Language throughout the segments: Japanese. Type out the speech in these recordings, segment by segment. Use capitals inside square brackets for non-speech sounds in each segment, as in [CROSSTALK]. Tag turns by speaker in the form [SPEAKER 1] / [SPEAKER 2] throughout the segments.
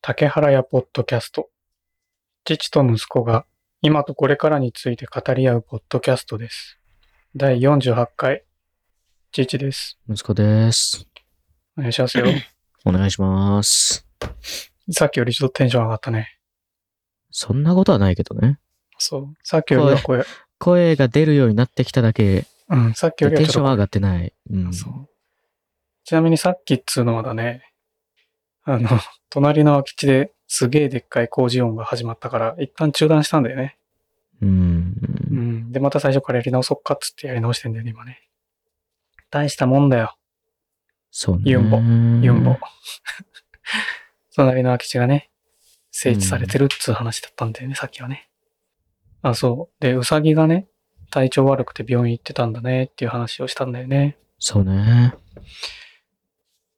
[SPEAKER 1] 竹原屋ポッドキャスト。父と息子が今とこれからについて語り合うポッドキャストです。第48回。父です。
[SPEAKER 2] 息子です。
[SPEAKER 1] お願いし
[SPEAKER 2] [CLEARS THROAT]
[SPEAKER 1] ますよ。
[SPEAKER 2] お願いします。
[SPEAKER 1] さっきよりちょっとテンション上がったね。
[SPEAKER 2] そんなことはないけどね。
[SPEAKER 1] そう。さっきよりは声、
[SPEAKER 2] 声が出るようになってきただけ、
[SPEAKER 1] うん、さっき
[SPEAKER 2] テ
[SPEAKER 1] よりは
[SPEAKER 2] ン
[SPEAKER 1] ちょっ
[SPEAKER 2] シ
[SPEAKER 1] と
[SPEAKER 2] ョンは上がってない。うん。
[SPEAKER 1] そう。ちなみにさっきっつうのはだね、あの、隣の空き地ですげえでっかい工事音が始まったから、一旦中断したんだよね。
[SPEAKER 2] うん。
[SPEAKER 1] うん。で、また最初からやり直そっかっつってやり直してんだよね、今ね。大したもんだよ、
[SPEAKER 2] そうね。
[SPEAKER 1] ユンボユンボ。 [LAUGHS] 隣の空き地がね、整地されてるっつう話だったんだよね、さっきはね。あ、そう。で、うさぎがね、体調悪くて病院行ってたんだねっていう話をしたんだよね。
[SPEAKER 2] そうね。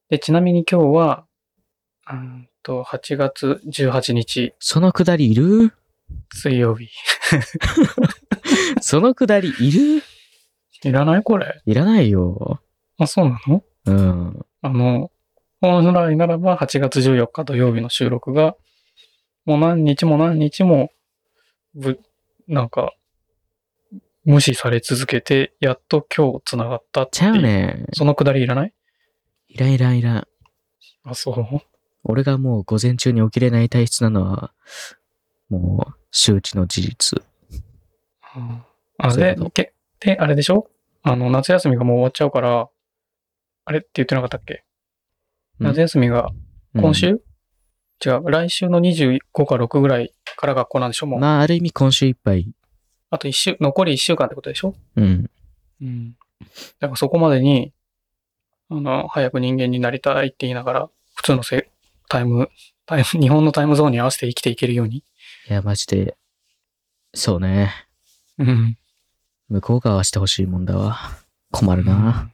[SPEAKER 1] で、ちなみに今日は、うーんと、8月18日、
[SPEAKER 2] そのくだりいる
[SPEAKER 1] 水曜日。
[SPEAKER 2] そのくだりいる
[SPEAKER 1] いらないこれ。
[SPEAKER 2] いらないよ。
[SPEAKER 1] あ、そうなの
[SPEAKER 2] うん。
[SPEAKER 1] あの、本来ならば8月14日土曜日の収録が、もう何日も何日も、ぶ、なんか、無視され続けて、やっと今日繋がったってい
[SPEAKER 2] ちゃ
[SPEAKER 1] う。
[SPEAKER 2] うね。
[SPEAKER 1] そのくだりいらない
[SPEAKER 2] いらんいらんいらん。
[SPEAKER 1] あ、そう
[SPEAKER 2] 俺がもう午前中に起きれない体質なのは、もう周知の事実。
[SPEAKER 1] うんあ
[SPEAKER 2] そうい
[SPEAKER 1] れ
[SPEAKER 2] うこと
[SPEAKER 1] で、で、あれでしょあの、夏休みがもう終わっちゃうから、あれって言ってなかったっけ、
[SPEAKER 2] うん
[SPEAKER 1] 夏休みが
[SPEAKER 2] うん
[SPEAKER 1] 今週、違う、来週の25か6ぐらいから学校なんでしょもう、
[SPEAKER 2] まあ、ある意味今週いっぱい。
[SPEAKER 1] あと一週、残り1週間ってことでしょ
[SPEAKER 2] うん。
[SPEAKER 1] うん。だからそこまでに、あの、早く人間になりたいって言いながら、普通のせタイム、タイム、 [LAUGHS] 日本のタイムゾーンに合わせて生きていけるように。
[SPEAKER 2] いや、マジで。そうね。
[SPEAKER 1] うん。
[SPEAKER 2] 向こう側はしてほしいもんだわ。困るな。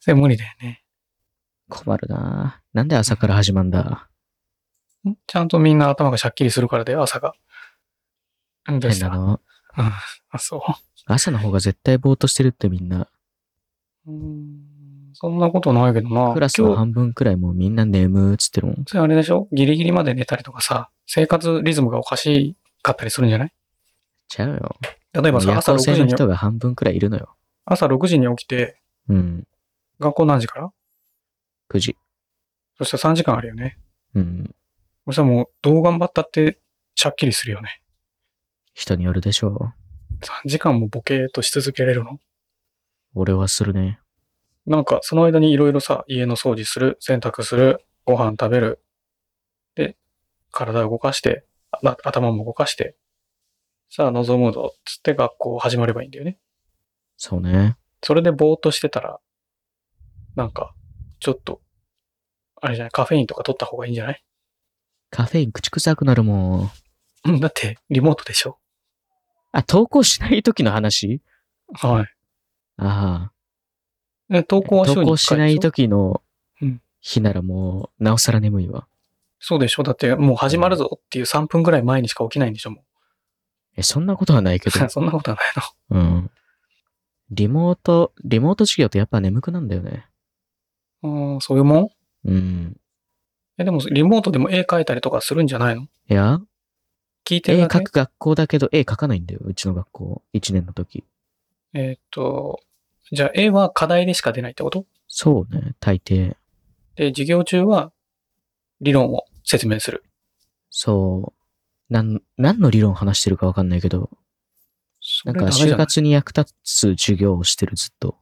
[SPEAKER 1] それ無理だよね。
[SPEAKER 2] 困るな。なんで朝から始まんだ。
[SPEAKER 1] んちゃんとみんな頭がシャッキリするからで、朝が。うんどう
[SPEAKER 2] 変
[SPEAKER 1] し
[SPEAKER 2] な
[SPEAKER 1] た
[SPEAKER 2] の。
[SPEAKER 1] あ、そう。
[SPEAKER 2] 朝の方が絶対ぼーっとしてるってみんな。
[SPEAKER 1] うーんそんなことないけどな。
[SPEAKER 2] クラスの
[SPEAKER 1] 今日、
[SPEAKER 2] 半分くらいもうみんな眠ーっつってるもん。
[SPEAKER 1] それあれでしょギリギリまで寝たりとかさ、生活リズムがおかしかったりするんじゃない
[SPEAKER 2] ちゃうよ。
[SPEAKER 1] 例えばさ、
[SPEAKER 2] 夜
[SPEAKER 1] 朝
[SPEAKER 2] 行
[SPEAKER 1] 6
[SPEAKER 2] 性
[SPEAKER 1] 時
[SPEAKER 2] の
[SPEAKER 1] に、
[SPEAKER 2] 人が半分くらいいるのよ。
[SPEAKER 1] 朝6時に起きて、
[SPEAKER 2] うん。
[SPEAKER 1] 学校何時から
[SPEAKER 2] 9時。
[SPEAKER 1] そしたら3時間あるよね。
[SPEAKER 2] うん。
[SPEAKER 1] そしたらもう、どう頑張ったって、シャッキリするよね。
[SPEAKER 2] 人によるでしょ
[SPEAKER 1] 3時間もボケーっとし続けれるの
[SPEAKER 2] う。俺はするね。
[SPEAKER 1] なんか、その間にいろいろさ、家の掃除する、洗濯する、ご飯食べる。で、体を動かして、あな頭も動かして、さあ、望むぞ、つって学校始まればいいんだよね。
[SPEAKER 2] そうね。
[SPEAKER 1] それでぼーっとしてたら、なんか、ちょっと、あれじゃない、カフェインとか取った方がいいんじゃない [LAUGHS]
[SPEAKER 2] カフェイン口臭くなるもん。
[SPEAKER 1] だって、リモートでしょ
[SPEAKER 2] あ、投稿しない時の話
[SPEAKER 1] は
[SPEAKER 2] ああ。
[SPEAKER 1] い。で投稿は週
[SPEAKER 2] 投
[SPEAKER 1] に
[SPEAKER 2] 稿
[SPEAKER 1] 1
[SPEAKER 2] し
[SPEAKER 1] 回
[SPEAKER 2] な
[SPEAKER 1] でし
[SPEAKER 2] い
[SPEAKER 1] ょ
[SPEAKER 2] 時の
[SPEAKER 1] うん
[SPEAKER 2] 日ならもう、なおさら眠いわ。
[SPEAKER 1] そうでしょだって、もう始まるぞっていう3分ぐらい前にしか起きないんでしょも
[SPEAKER 2] え、そんなことはないけ
[SPEAKER 1] [LAUGHS]
[SPEAKER 2] ど。
[SPEAKER 1] う。そんなことはないの。
[SPEAKER 2] うん。リモート、リモート授業ってやっぱ眠くなんだよね。
[SPEAKER 1] [LAUGHS] うん、そういうもん
[SPEAKER 2] うん。
[SPEAKER 1] え、でも、リモートでも絵描いたりとかするんじゃないの
[SPEAKER 2] いや、
[SPEAKER 1] 聞いてる
[SPEAKER 2] 絵
[SPEAKER 1] だけ
[SPEAKER 2] 描く学校だけど絵描かないんだよ。うちの学校。1年の時。
[SPEAKER 1] えーっと、じゃあ、絵は課題でしか出ないってこと
[SPEAKER 2] そうね。大抵。
[SPEAKER 1] で、授業中は、理論を説明する。
[SPEAKER 2] そう。なん、何の理論話してるかわかんないけど、
[SPEAKER 1] そ
[SPEAKER 2] な
[SPEAKER 1] れ
[SPEAKER 2] ん
[SPEAKER 1] ダ
[SPEAKER 2] か
[SPEAKER 1] メじ
[SPEAKER 2] 就
[SPEAKER 1] ゃない
[SPEAKER 2] 活に役立つ授業をしてるずっと。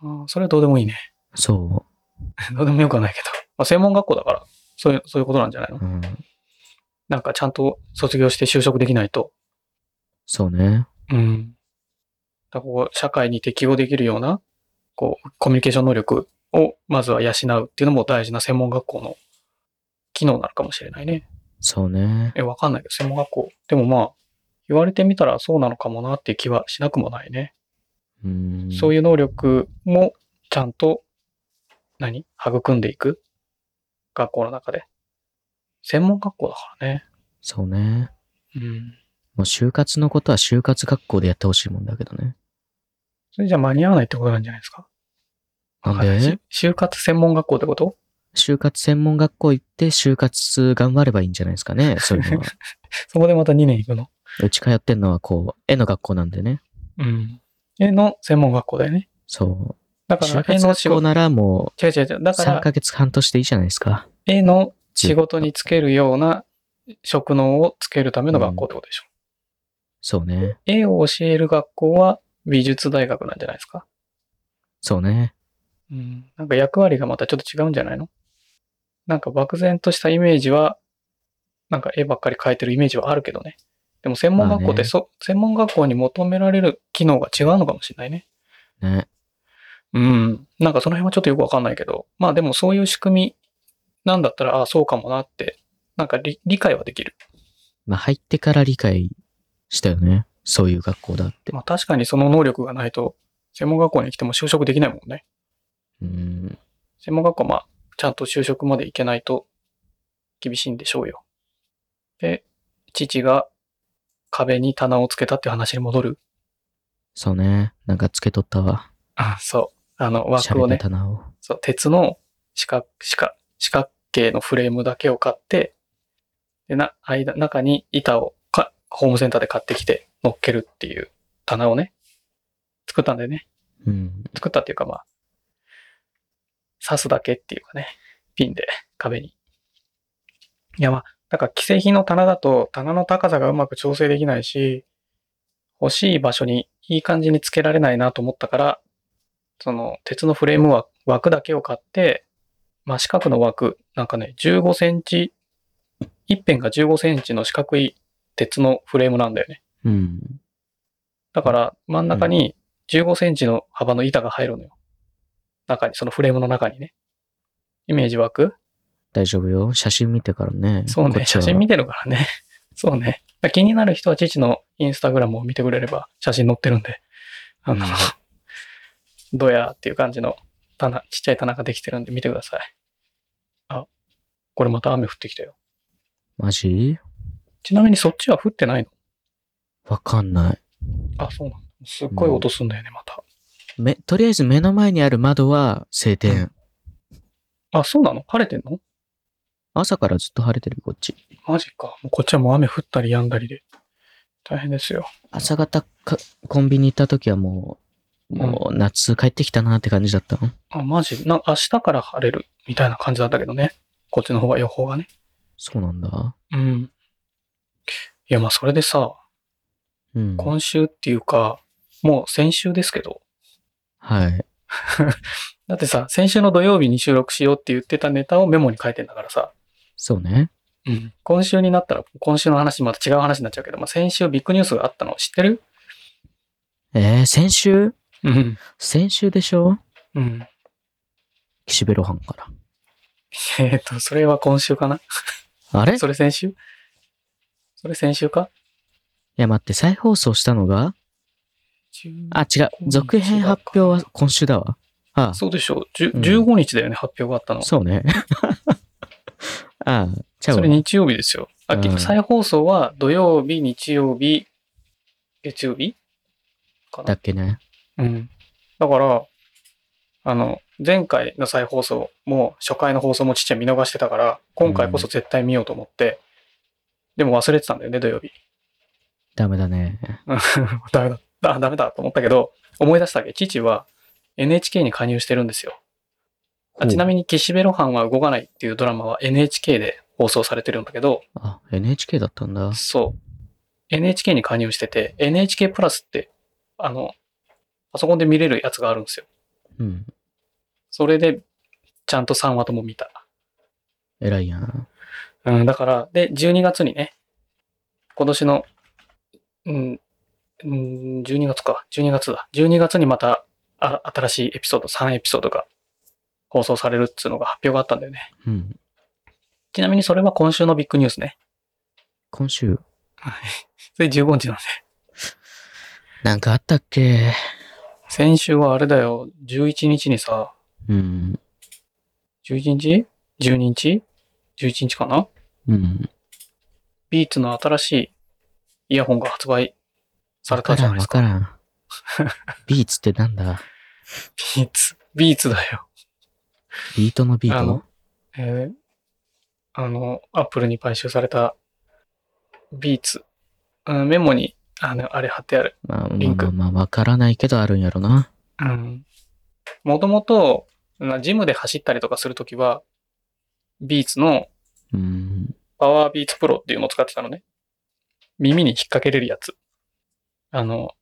[SPEAKER 1] あーそれはどうでもいいね。 [LAUGHS]
[SPEAKER 2] そ。
[SPEAKER 1] どうでもよくはないけど。まあ、専門学校だから、そういう、そういうことなんじゃないうの
[SPEAKER 2] うん。
[SPEAKER 1] なんかちゃんと卒業して就職できないと。
[SPEAKER 2] そうね。
[SPEAKER 1] うん。だからこう、社会に適応できるような、こう、コミュニケーション能力を、まずは養うっていうのも大事な専門学校の機能なのかもしれないね。
[SPEAKER 2] そうね。
[SPEAKER 1] え、わかんないけど、専門学校。でもまあ、言われてみたらそうなのかもなっていう気はしなくもないね。
[SPEAKER 2] うん。
[SPEAKER 1] そういう能力もちゃんと、何育んでいく学校の中で。専門学校だからね。
[SPEAKER 2] そうね。
[SPEAKER 1] うん。
[SPEAKER 2] もう就活のことは就活学校でやってほしいもんだけどね。
[SPEAKER 1] それじゃ間に合わないってことなんじゃないですか
[SPEAKER 2] なんで
[SPEAKER 1] わかんないし就活専門学校ってこと
[SPEAKER 2] 就活専門学校行って就活頑張ればいいんじゃないです
[SPEAKER 1] [LAUGHS]
[SPEAKER 2] かね。そういうのは。
[SPEAKER 1] そこでまた2年行くの。
[SPEAKER 2] うち通ってんのはこう、絵の学校なんでね。
[SPEAKER 1] うん。絵の専門学校だよね。
[SPEAKER 2] そ
[SPEAKER 1] だ
[SPEAKER 2] う。
[SPEAKER 1] か
[SPEAKER 2] 就
[SPEAKER 1] ら絵
[SPEAKER 2] 活
[SPEAKER 1] の仕
[SPEAKER 2] 学校
[SPEAKER 1] 事。
[SPEAKER 2] ならも
[SPEAKER 1] 違う違う違う。
[SPEAKER 2] う、
[SPEAKER 1] だか
[SPEAKER 2] 3
[SPEAKER 1] ら
[SPEAKER 2] ヶ月半年でいいじゃないですか。
[SPEAKER 1] 絵の仕事につけるような職能をつけるための学校ってことでしょ。
[SPEAKER 2] そうね。
[SPEAKER 1] 絵を教える学校は美術大学なんじゃないですか。
[SPEAKER 2] そうね。
[SPEAKER 1] うん。なんか役割がまたちょっと違うんじゃないのなんか漠然としたイメージは、なんか絵ばっかり描いてるイメージはあるけどね。でも専門学校っ
[SPEAKER 2] まあ
[SPEAKER 1] て
[SPEAKER 2] ね
[SPEAKER 1] そ、専門学校に求められる機能が違うのかもしれないね。
[SPEAKER 2] ね。
[SPEAKER 1] うん。なんかその辺はちょっとよくわかんないけど、まあでもそういう仕組みなんだったら、ああ、そうかもなって、なんか理理解はできる。
[SPEAKER 2] まあ入ってから理解したよね。そういう学校だって。
[SPEAKER 1] まあ確かにその能力がないと、専門学校に来ても就職できないもんね。
[SPEAKER 2] うん。
[SPEAKER 1] 専門学校はまあ、ちゃんと就職まで行けないと厳しいんでしょうよ。で、父が壁に棚をつけたって話に戻る。
[SPEAKER 2] そうね。なんかつけとったわ。
[SPEAKER 1] あ、そう。あの、枠
[SPEAKER 2] 喋
[SPEAKER 1] を
[SPEAKER 2] った
[SPEAKER 1] ね、
[SPEAKER 2] 棚を。
[SPEAKER 1] そう、鉄の四角、四角、四角形のフレームだけを買って、で、な、間、中に板をか、ホームセンターで買ってきて乗っけるっていう棚をね、作ったんだよね。
[SPEAKER 2] うん。
[SPEAKER 1] 作ったっていうかまあ、刺すだけっていうかね、ピンで壁に。いやまあ、だから既製品の棚だと棚の高さがうまく調整できないし、欲しい場所にいい感じにつけられないなと思ったから、その鉄のフレーム枠枠だけを買って、まあ四角の枠、なんかね、15センチ、一辺が15センチの四角い鉄のフレームなんだよね。
[SPEAKER 2] うん。
[SPEAKER 1] だから真ん中に15センチの幅の板が入るのよ。中に、そのフレームの中にね。イメージ湧く
[SPEAKER 2] 大丈夫よ。写真見てからね。
[SPEAKER 1] そう
[SPEAKER 2] こ
[SPEAKER 1] ね。
[SPEAKER 2] っちは
[SPEAKER 1] 写真見てるからね。 [LAUGHS] そうね。だから気になる人は父のインスタグラムを見てくれれば写真載ってるんで、あの
[SPEAKER 2] うん、
[SPEAKER 1] どやっていう感じの棚、ちっちゃい棚ができてるんで見てください。あ、これまた雨降ってきたよ。
[SPEAKER 2] マジ
[SPEAKER 1] ちなみにそっちは降ってないの
[SPEAKER 2] わかんない。
[SPEAKER 1] あ、そうなんだ。すっごい音すんだよね、また。
[SPEAKER 2] め、とりあえず目の前にある窓は晴天。
[SPEAKER 1] あ、そうなの晴れてんの
[SPEAKER 2] 朝からずっと晴れてる、こっち。
[SPEAKER 1] マジか。もうこっちはもう雨降ったり止んだりで。大変ですよ。
[SPEAKER 2] 朝方か、コンビニ行った時はもう、もう夏帰ってきたなって感じだったの。
[SPEAKER 1] あ、マジな、明日から晴れるみたいな感じだったけどね。こっちの方は予報がね。
[SPEAKER 2] そうなんだ。
[SPEAKER 1] うん。いや、まあそれでさ、
[SPEAKER 2] うん。
[SPEAKER 1] 今週っていうか、もう先週ですけど。
[SPEAKER 2] はい。
[SPEAKER 1] だってさ、先週の土曜日に収録しようって言ってたネタをメモに書いてんだからさ。
[SPEAKER 2] そうね。
[SPEAKER 1] うん。今週になったら、今週の話また違う話になっちゃうけど、まあ先週ビッグニュースがあったの知ってる
[SPEAKER 2] えー、先週
[SPEAKER 1] うん。
[SPEAKER 2] 先週でしょ
[SPEAKER 1] うん。
[SPEAKER 2] 岸辺露伴から。
[SPEAKER 1] えっと、それは今週かな
[SPEAKER 2] あれい
[SPEAKER 1] それ先週それ先週か
[SPEAKER 2] や、待って、再放送したのがあ、違う。続編発表は今週だわ。あ
[SPEAKER 1] そうでしょう。じゅ
[SPEAKER 2] うん
[SPEAKER 1] 15日だよね、発表があったの。そ
[SPEAKER 2] そうね。 [LAUGHS] ああ、ちゃうわ
[SPEAKER 1] れ日曜日ですよ。あ、
[SPEAKER 2] うん
[SPEAKER 1] 再放送は土曜日、日曜日、月曜日か
[SPEAKER 2] だ
[SPEAKER 1] な
[SPEAKER 2] っ。けね。
[SPEAKER 1] うん。だから、あの、前回の再放送も、初回の放送もちっちゃい見逃してたから、今回こそ絶対見ようと思って、でも忘れてたんだよね、土
[SPEAKER 2] [LAUGHS]
[SPEAKER 1] 曜日。
[SPEAKER 2] ダメだね。
[SPEAKER 1] うんダメだ。あ、ダメだと思ったけど、思い出したわけ。父は NHK に加入してるんですよ。あちな
[SPEAKER 2] に。
[SPEAKER 1] みに、岸辺露伴は動かないっていうドラマは NHK で放送されてるんだけど、
[SPEAKER 2] あ、NHK だったんだ。
[SPEAKER 1] そう。NHK に加入してて、NHK プラスって、あの、パソコンで見れるやつがあるんですよ。
[SPEAKER 2] うん。
[SPEAKER 1] それで、ちゃんと3話とも見た。
[SPEAKER 2] 偉いやん。
[SPEAKER 1] うん、だから、で、12月にね、今年の、うん、うん12月か、12月だ。12月にまた、あ新しいエピソード、3エピソードが放送されるっつうのが発表があったんだよね。
[SPEAKER 2] うん。
[SPEAKER 1] ちなみにそれは今週のビッグニュースね。
[SPEAKER 2] 今週、
[SPEAKER 1] それ15日なんで。
[SPEAKER 2] なんかあったっけ
[SPEAKER 1] 先週はあれだよ、11日にさ、
[SPEAKER 2] うん。
[SPEAKER 1] 11日 ?12 日 ?11 日かな
[SPEAKER 2] うん。
[SPEAKER 1] ビーツの新しいイヤホンが発売された
[SPEAKER 2] わ
[SPEAKER 1] じゃ
[SPEAKER 2] から
[SPEAKER 1] ない
[SPEAKER 2] ん、
[SPEAKER 1] で
[SPEAKER 2] わ
[SPEAKER 1] すか。
[SPEAKER 2] からん。
[SPEAKER 1] [LAUGHS]
[SPEAKER 2] ビーツってなんだ
[SPEAKER 1] ビーツ、ビーツだよ。
[SPEAKER 2] ビートのビー
[SPEAKER 1] あ
[SPEAKER 2] ト
[SPEAKER 1] のえーあの、アップルに買収されたビーツ。うんメモに、あの、あれ貼ってある。
[SPEAKER 2] まあま
[SPEAKER 1] リ
[SPEAKER 2] あ
[SPEAKER 1] ンク
[SPEAKER 2] まあまあ、わからないけどあるんやろな。
[SPEAKER 1] うん。もともと、なジムで走ったりとかするときは、ビーツの
[SPEAKER 2] うん。
[SPEAKER 1] パワービーツプロっていうのを使ってたのね。耳に引っ掛けれるやつ。あの、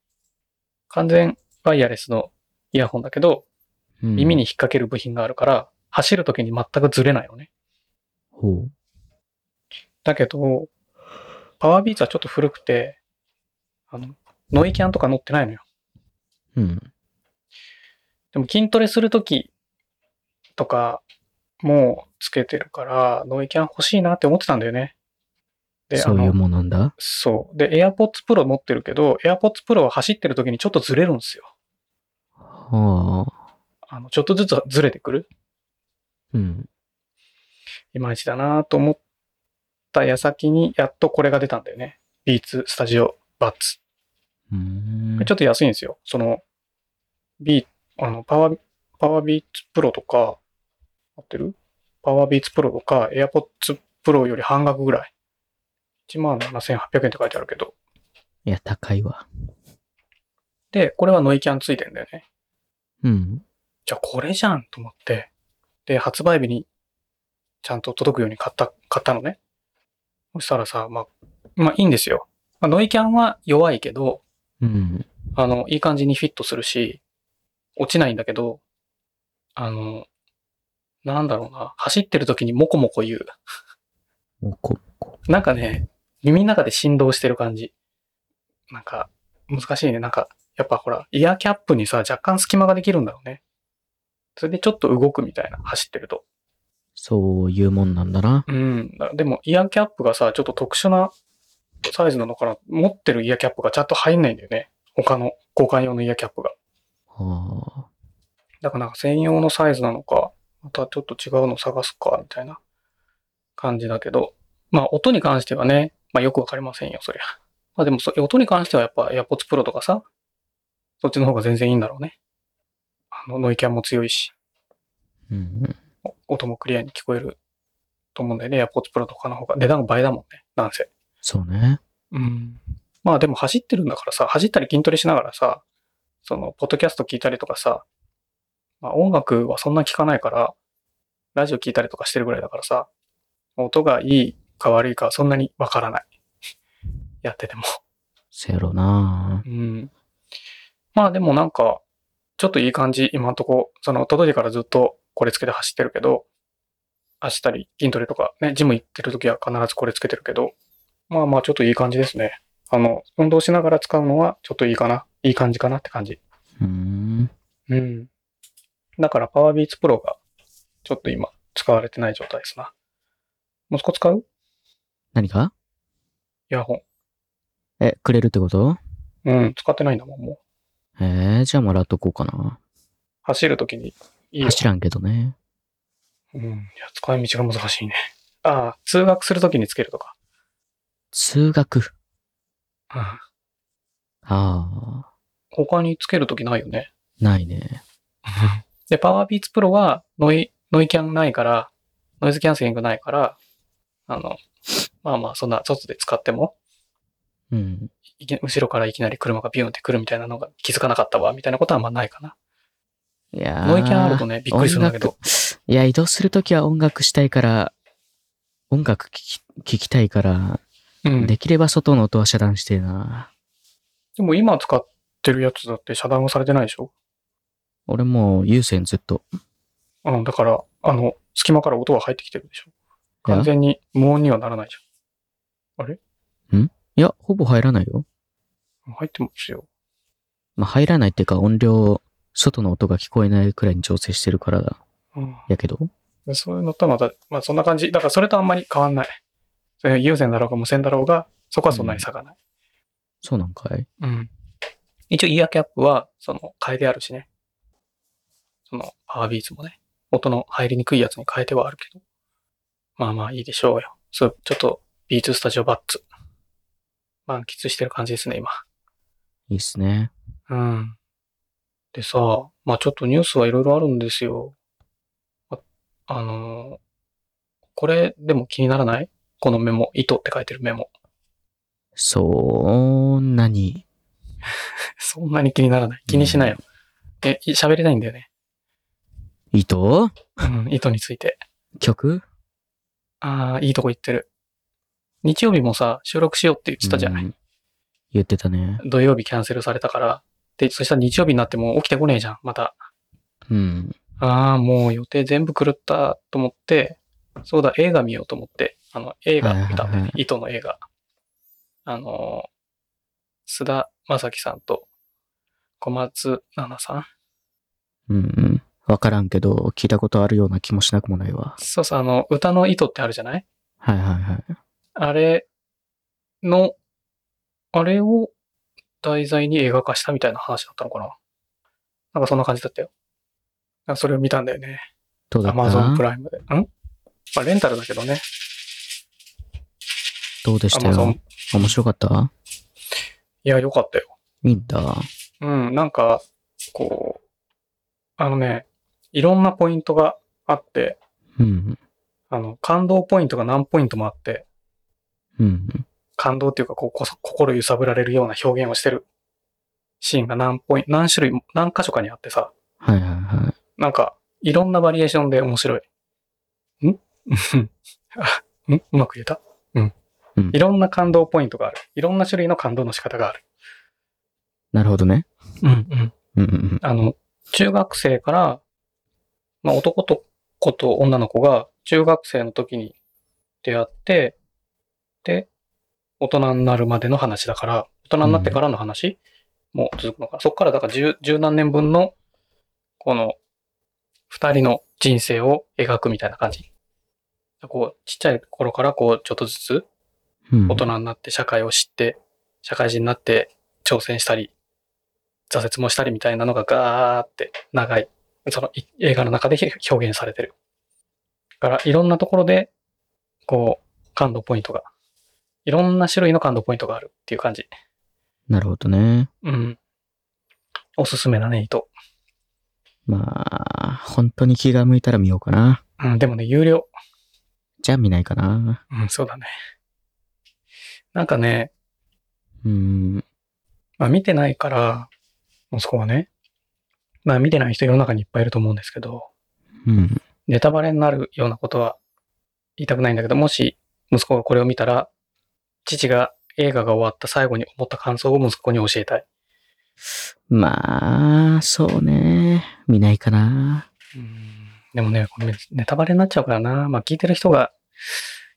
[SPEAKER 1] 完全ワイヤレスのイヤホンだけど、
[SPEAKER 2] うん
[SPEAKER 1] 耳に。引っ掛ける部品があるから、走るときに全くずれないのね。
[SPEAKER 2] ほ
[SPEAKER 1] だけど、パワービーツはちょっと古くて、あの、ノイキャンとか乗ってないのよ。
[SPEAKER 2] う。うん。
[SPEAKER 1] でも筋トレするときとかもつけてるから、ノイキャン欲しいなって思ってたんだよね。で、あ
[SPEAKER 2] そういう
[SPEAKER 1] の、
[SPEAKER 2] もんなんだ。
[SPEAKER 1] そう。で、AirPods Pro 持ってるけど、AirPods Pro は走ってるときにちょっとずれるんですよ。
[SPEAKER 2] はあ。
[SPEAKER 1] あの、ちょっとずつずれてくる。
[SPEAKER 2] うん。
[SPEAKER 1] いまいちだなと思った矢先に、やっとこれが出たんだよね。ビーツスタジオバッツ。
[SPEAKER 2] うん
[SPEAKER 1] これちょっと安いんですよ。その、ビー、あの、パワー、パワービーツプロとか、合ってるパワービーツプロとか、エアポッツプロより半額ぐらい。17,800円って書いてあるけど。
[SPEAKER 2] いや、高いわ。
[SPEAKER 1] で、これはノイキャンついてんだよね。
[SPEAKER 2] うん。
[SPEAKER 1] じゃあこれじゃんと思って。で、発売日にちゃんと届くように買った、買ったのね。そしたらさ、まあ、まあいいんですよ。まあ、ノイキャンは弱いけど、
[SPEAKER 2] うん。
[SPEAKER 1] あの、いい感じにフィットするし、落ちないんだけど、あの、なんだろうな、走ってる時にモコモコ言う。
[SPEAKER 2] もうこ、こ
[SPEAKER 1] なんかね、耳の中で振動してる感じ。なんか、難しいね。なんか、やっぱほら、イヤーキャップにさ、若干隙間ができるんだろうね。それでちょっと動くみたいな、走ってると。
[SPEAKER 2] そういうもんなんだな。
[SPEAKER 1] うん。だでも、イヤーキャップがさ、ちょっと特殊なサイズなのかな。持ってるイヤーキャップがちゃんと入んないんだよね。他の交換用のイヤーキャップが。
[SPEAKER 2] はあ。
[SPEAKER 1] だからなんか専用のサイズなのか、またちょっと違うの探すか、みたいな感じだけど。まあ音に関してはね、まあよくわかりませんよ、そりゃ。まあでもそ音に関してはやっぱ AirPods Pro とかさ、そっちの方が全然いいんだろうね。あの、ノイキャンも強いし、
[SPEAKER 2] うん。
[SPEAKER 1] お音もクリアに聞こえると思うんだよね、AirPods Pro とかの方が。値段が倍だもんね、なんせ。
[SPEAKER 2] そうね。
[SPEAKER 1] うん。まあでも走ってるんだからさ、走ったり筋トレしながらさ、その、ポッドキャスト聞いたりとかさ、まあ音楽はそんな聞かないから、ラジオ聞いたりとかしてるぐらいだからさ、音がいいか悪いかはそんなにわからない。 [LAUGHS] やってても。
[SPEAKER 2] せやろな。
[SPEAKER 1] うん。まあでもなんか、ちょっといい感じ、今んとこ、その、届いてからずっとこれつけて走ってるけど、走ったり、筋トレとかね、ジム行ってる時は必ずこれつけてるけど、まあまあちょっといい感じですね。あの、運動しながら使うのはちょっといいかな、いい感じかなって感じ。
[SPEAKER 2] うん。
[SPEAKER 1] うん。だから、パワービーツプロが、ちょっと今、使われてない状態ですな。息子使う
[SPEAKER 2] 何か
[SPEAKER 1] イヤホン。
[SPEAKER 2] え、くれるってこと
[SPEAKER 1] うん、使ってないんだもん、もう。
[SPEAKER 2] えー、じゃあもらっとこうかな。
[SPEAKER 1] 走るときにいいよ。
[SPEAKER 2] 走らんけどね。
[SPEAKER 1] うん。いや、使い道が難しいね。ああ、通学するときにつけるとか。
[SPEAKER 2] 通学。
[SPEAKER 1] うん。
[SPEAKER 2] ああ、
[SPEAKER 1] 他につけるときないよね。
[SPEAKER 2] ないね。
[SPEAKER 1] で、パワービーツプロはノイ、ノイキャンないから、ノイズキャンセリングないから、あの、まあまあ、そんな、外で使っても、
[SPEAKER 2] うん。
[SPEAKER 1] いき後ろからいきなり車がビューンって来るみたいなのが気づかなかったわ、みたいなことはあんまないかな。
[SPEAKER 2] いやー
[SPEAKER 1] ノイキャンあるとね、びっくりするんだけど。
[SPEAKER 2] いや、移動するときは音楽したいから、音楽聞き聞きたいから、
[SPEAKER 1] うん。
[SPEAKER 2] できれば外の音は遮断してえな。
[SPEAKER 1] でも今使ってるやつだって遮断はされてないでしょ
[SPEAKER 2] 俺もう有線ずっと。
[SPEAKER 1] うん、だから、あの、隙間から音が入ってきてるでしょ
[SPEAKER 2] いや
[SPEAKER 1] 完全に無音にはならないじ
[SPEAKER 2] いや、ほぼ入らないよ。
[SPEAKER 1] ゃん。入ってますよ。
[SPEAKER 2] まあ、入らないっていうか音量、外の音が聞こえないくらいに調整してるからだ。
[SPEAKER 1] うん。
[SPEAKER 2] やけど。
[SPEAKER 1] でそういうのとはまた、まあそんな感じ。だからそれとあんまり変わんない。それ優先だろうが無線だろうが、そこはそんなに差がない。
[SPEAKER 2] そうなんかい
[SPEAKER 1] うん。一応イヤーキャップは、その、変えてあるしね。その、パワービーツもね、音の入りにくいやつに変えてはあるけど。まあまあいいでしょうよ。そう、ちょっと、ビーツスタジオバッツ。満喫してる感じですね、今。
[SPEAKER 2] いいっすね。
[SPEAKER 1] うん。でさ、まあちょっとニュースはいろいろあるんですよ。あ、あのこれでも気にならないこのメモ、糸って書いてるメモ。 [LAUGHS]
[SPEAKER 2] そんなに。
[SPEAKER 1] そんなに気にならない。気にしないよ。え、い喋りたいんだよね。
[SPEAKER 2] 糸
[SPEAKER 1] うん、糸について。
[SPEAKER 2] 曲
[SPEAKER 1] ああ、いいとこ行ってる。日曜日もさ、収録しようって言ってたじゃない。
[SPEAKER 2] うん言ってたね。
[SPEAKER 1] 土曜日キャンセルされたから。で、そしたら日曜日になってもう起きてこねえじゃん、また。
[SPEAKER 2] うん。
[SPEAKER 1] ああ、もう予定全部狂ったと思って、そうだ、映画見ようと思って、あの、映画見たんだ
[SPEAKER 2] はい
[SPEAKER 1] よ
[SPEAKER 2] はいは
[SPEAKER 1] ね、糸の映画。あのー、須田正樹さんと小松菜奈さん
[SPEAKER 2] うんうん。わからんけど、聞いたことあるような気もしなくもないわ。
[SPEAKER 1] そうそう、あの、歌の糸ってあるじゃない
[SPEAKER 2] はいはいはい。
[SPEAKER 1] あれの、あれを題材に映画化したみたいな話だったのかななんかそんな感じだったよ。あそれを見たんだよね。
[SPEAKER 2] どうだ
[SPEAKER 1] ア
[SPEAKER 2] っ
[SPEAKER 1] マゾンプ
[SPEAKER 2] た
[SPEAKER 1] ライムで。んまあ、レンタルだけどね。
[SPEAKER 2] どうでし
[SPEAKER 1] ア
[SPEAKER 2] た
[SPEAKER 1] マゾン
[SPEAKER 2] よ。。面白かった
[SPEAKER 1] いや、よかったよ。
[SPEAKER 2] いいんだ。
[SPEAKER 1] うん、なんか、こう、あのね、いろんなポイントがあって、
[SPEAKER 2] うん。
[SPEAKER 1] あの、感動ポイントが何ポイントもあって、
[SPEAKER 2] うん。
[SPEAKER 1] 感動っていうか、こう、こそ心揺さぶられるような表現をしてるシーンが何ポイント、何種類も、何箇所かにあってさ、
[SPEAKER 2] はいはいは
[SPEAKER 1] なんか、いろんなバリエーションで面白い。ん [LAUGHS] んうまく言えたうん
[SPEAKER 2] うん。
[SPEAKER 1] いろんな感動ポイントがある。いろんな種類の感動の仕方がある。
[SPEAKER 2] い。なるほどね。
[SPEAKER 1] うんうん。
[SPEAKER 2] うんうん
[SPEAKER 1] あの、中学生から、まあ、男と子と女の子が中学生の時に出会って、で、大人になるまでの話だから、大人になってからの話、もう続くのかな。そっからだから十十何年分の、この、二人の人生を描くみたいな感じ。こう、ちっちゃい頃からこう、ちょっとずつ
[SPEAKER 2] うん。うん
[SPEAKER 1] 大。人になって社会を知って、社会人になって挑戦したり、挫折もしたりみたいなのがガーって長い、そのい映画の中でひ表現されてる。だからいろんなところで、こう、感度ポイントが、いろんな種類の感度ポイントがあるっていう感じ。
[SPEAKER 2] なるほどね。
[SPEAKER 1] うん。おすすめだね、糸。
[SPEAKER 2] まあ、本当に気が向いたら見ようかな。
[SPEAKER 1] うん、でもね、有料。
[SPEAKER 2] じゃあ見ないかな。
[SPEAKER 1] うん、そうだね。なんかね、
[SPEAKER 2] うん。
[SPEAKER 1] まあ見てないから、もうそこはね、まあ見てない人世の中にいっぱいいると思うんですけど、
[SPEAKER 2] うん。
[SPEAKER 1] ネタバレになるようなことは言いたくないんだけど、もし息子がこれを見たら、父が映画が終わった最後に思った感想を息子に教えたい。
[SPEAKER 2] まあ、そうね。見ないかな。
[SPEAKER 1] でもね、これネタバレになっちゃうからな。まあ聞いてる人が、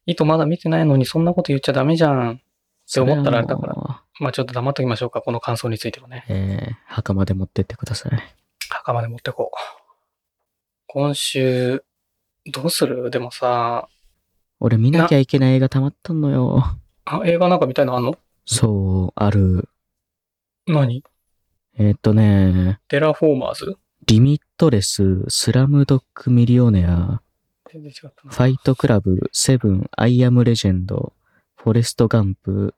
[SPEAKER 1] いいとまだ見てないのにそんなこと言っちゃダメじゃん。て思ったらあれだから
[SPEAKER 2] ら。
[SPEAKER 1] まあちょっと黙っときましょうか、この感想についてはね。
[SPEAKER 2] えー、墓まで持ってってください。
[SPEAKER 1] 墓まで持ってこう。今週、どうするでもさ、
[SPEAKER 2] 俺見なきゃいけない映画溜まったのよ。
[SPEAKER 1] あ映画なんか見たいのあんの
[SPEAKER 2] そう、ある。
[SPEAKER 1] 何
[SPEAKER 2] えーっとね、
[SPEAKER 1] テラフォーマーズ
[SPEAKER 2] リミットレス、スラムドッグミリオネア、
[SPEAKER 1] 全然違ったな。
[SPEAKER 2] ファイトクラブ、セブン、アイアムレジェンド、フォレストガンプ、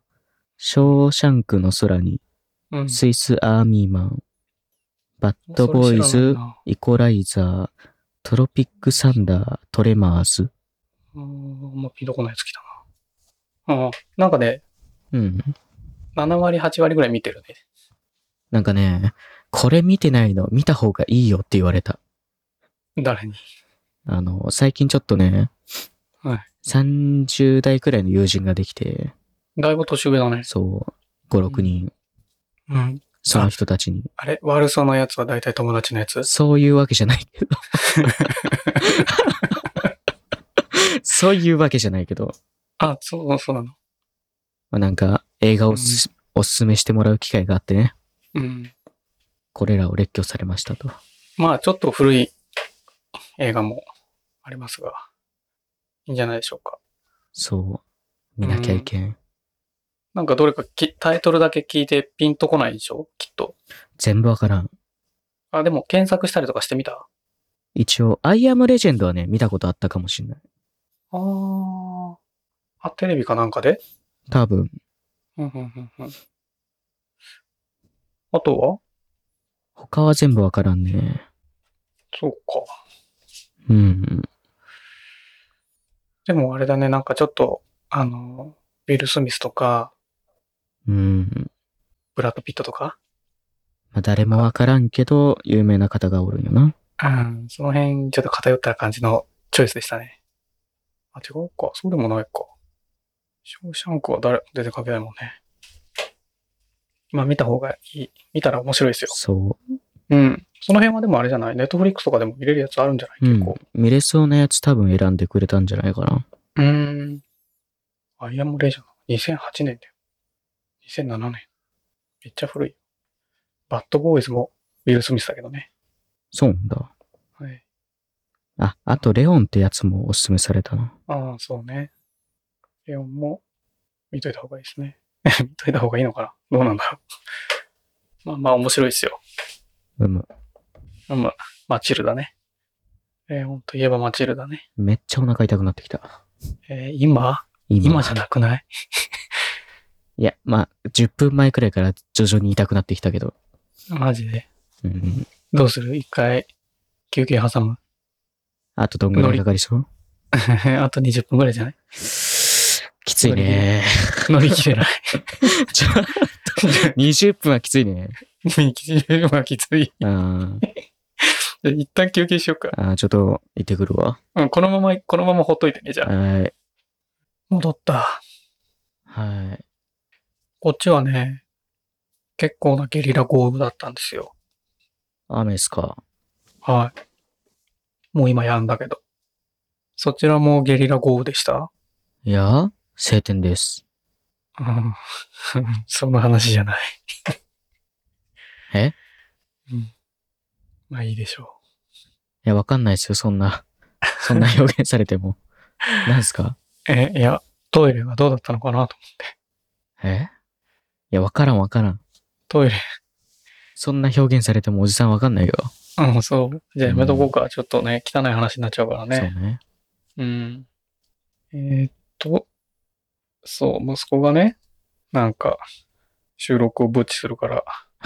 [SPEAKER 2] ショーシャンクの空に、
[SPEAKER 1] うん
[SPEAKER 2] スイスアーミーマン、バッドボ
[SPEAKER 1] それ知
[SPEAKER 2] ーイ
[SPEAKER 1] らない
[SPEAKER 2] ズ、
[SPEAKER 1] な
[SPEAKER 2] イコライザー、トロピックサンダー、トレマーズ。
[SPEAKER 1] うーん、まあ、ピンとこないやつ来たな。うん。なんかね、
[SPEAKER 2] うん。
[SPEAKER 1] 7割、8割ぐらい見てるね。
[SPEAKER 2] なんかね、これ見てないの見た方がいいよって言われた。
[SPEAKER 1] 誰に。
[SPEAKER 2] あの、最近ちょっとね、
[SPEAKER 1] はい
[SPEAKER 2] 30代くらいの友人ができて、
[SPEAKER 1] だいぶ年上だね。
[SPEAKER 2] そう、5、6人、
[SPEAKER 1] うん。
[SPEAKER 2] その人たちに。
[SPEAKER 1] あれ悪そうなやつは大体友達のやつ
[SPEAKER 2] そういうわけじゃないけ [LAUGHS] ど。そういうわけじゃないけど、
[SPEAKER 1] あ、そう、そうなの。
[SPEAKER 2] まあなんか映画をすおすすめしてもらう機会があってね、
[SPEAKER 1] うん。
[SPEAKER 2] これらを列挙されましたと。
[SPEAKER 1] まあ、ちょっと古い映画もありますが、いいんじゃないでしょうか。
[SPEAKER 2] そう、見なきゃいけん。
[SPEAKER 1] なんかどれかきタイトルだけ聞いてピンとこないでしょきっと。
[SPEAKER 2] 全部わからん。
[SPEAKER 1] あ、でも検索したりとかしてみた
[SPEAKER 2] 一応、アイアムレジェンドはね、見たことあったかもしれない。
[SPEAKER 1] あー。あ、テレビかなんかで
[SPEAKER 2] 多分、
[SPEAKER 1] うん、うん、うん、うん。あとは
[SPEAKER 2] 他は全部わからんね。
[SPEAKER 1] そうか。
[SPEAKER 2] うん。
[SPEAKER 1] でもあれだね、なんかちょっと、あの、ウィル・スミスとか、
[SPEAKER 2] うん。
[SPEAKER 1] ブラッド・ピットとか、
[SPEAKER 2] まあ、誰もわからんけど、有名な方がおるんよな。
[SPEAKER 1] うん、その辺ちょっと偏った感じのチョイスでしたね。あ、違うか。そうでもないか。ショーシャンクは誰、出てかけないもんね。まあ見た方がいい。見たら面白いですよ。
[SPEAKER 2] そ。
[SPEAKER 1] うん。その辺はでもあれじゃないネットフリックスとかでも見れるやつあるんじゃないう
[SPEAKER 2] う
[SPEAKER 1] 結
[SPEAKER 2] ん
[SPEAKER 1] 構。。
[SPEAKER 2] 見れそうなやつ多分選んでくれたんじゃないかな。
[SPEAKER 1] うーん。アイアムレジャー。2008年だよ。2007年。めっちゃ古い。バッドボーイズもウィル・スミスだけどね。
[SPEAKER 2] そうなんだ。
[SPEAKER 1] はい。
[SPEAKER 2] あ、あと、レオンってやつもおすすめされたな。
[SPEAKER 1] ああ、そうね。レオンも見といた方がいいですね。 [LAUGHS] 見といた方がいいのかなどうなんだろう。ま [LAUGHS] あまあ面白いですよ。
[SPEAKER 2] うむ。
[SPEAKER 1] うんまあ、マチルダね。レオンといえばマチルダね。
[SPEAKER 2] めっちゃお腹痛くなってきた。
[SPEAKER 1] えー今
[SPEAKER 2] 今。
[SPEAKER 1] 今じゃなくない
[SPEAKER 2] いや、まあ、10分前くらいから徐々に痛くなってきたけど。
[SPEAKER 1] マジで。
[SPEAKER 2] うん。
[SPEAKER 1] どうする一回休憩挟む。 [LAUGHS]
[SPEAKER 2] あとどんぐらいかかりそう
[SPEAKER 1] あと20分ぐらいじゃない [LAUGHS]
[SPEAKER 2] きついね。
[SPEAKER 1] 乗り切れない。
[SPEAKER 2] ちょっと、20分はきついね。
[SPEAKER 1] [LAUGHS] 見切れるのはきつい。じ
[SPEAKER 2] あー
[SPEAKER 1] ゃあ一旦休憩しようか。
[SPEAKER 2] あー、ちょっと、行ってくるわ。
[SPEAKER 1] うん、このまま、このままほっといてね、じゃあ。
[SPEAKER 2] はい。
[SPEAKER 1] 戻った。
[SPEAKER 2] はい。
[SPEAKER 1] こっちはね、結構なゲリラ豪雨だったんですよ。
[SPEAKER 2] 雨っすか。
[SPEAKER 1] はい。もう今やんだけど。そちらもゲリラ豪雨でした
[SPEAKER 2] いや、晴天です。
[SPEAKER 1] うん。 [LAUGHS] その話じゃない。
[SPEAKER 2] え
[SPEAKER 1] うん。まあいいでしょ
[SPEAKER 2] いや、わかんないですよ、そん
[SPEAKER 1] [LAUGHS]
[SPEAKER 2] な。そんな表現されても。なんすか
[SPEAKER 1] う。え、いや、トイレがどうだったのかなと。
[SPEAKER 2] えいや、わからんわからん。
[SPEAKER 1] トイレ。
[SPEAKER 2] そんな表現されてもおじさんわかんないよ。
[SPEAKER 1] うん、そう。じゃあやめとこうか。ちょっとね、汚い話になっちゃうからね。
[SPEAKER 2] そうね。
[SPEAKER 1] うん。えーっと、そう、息子がね、なんか、収録をブッチする [LAUGHS] から、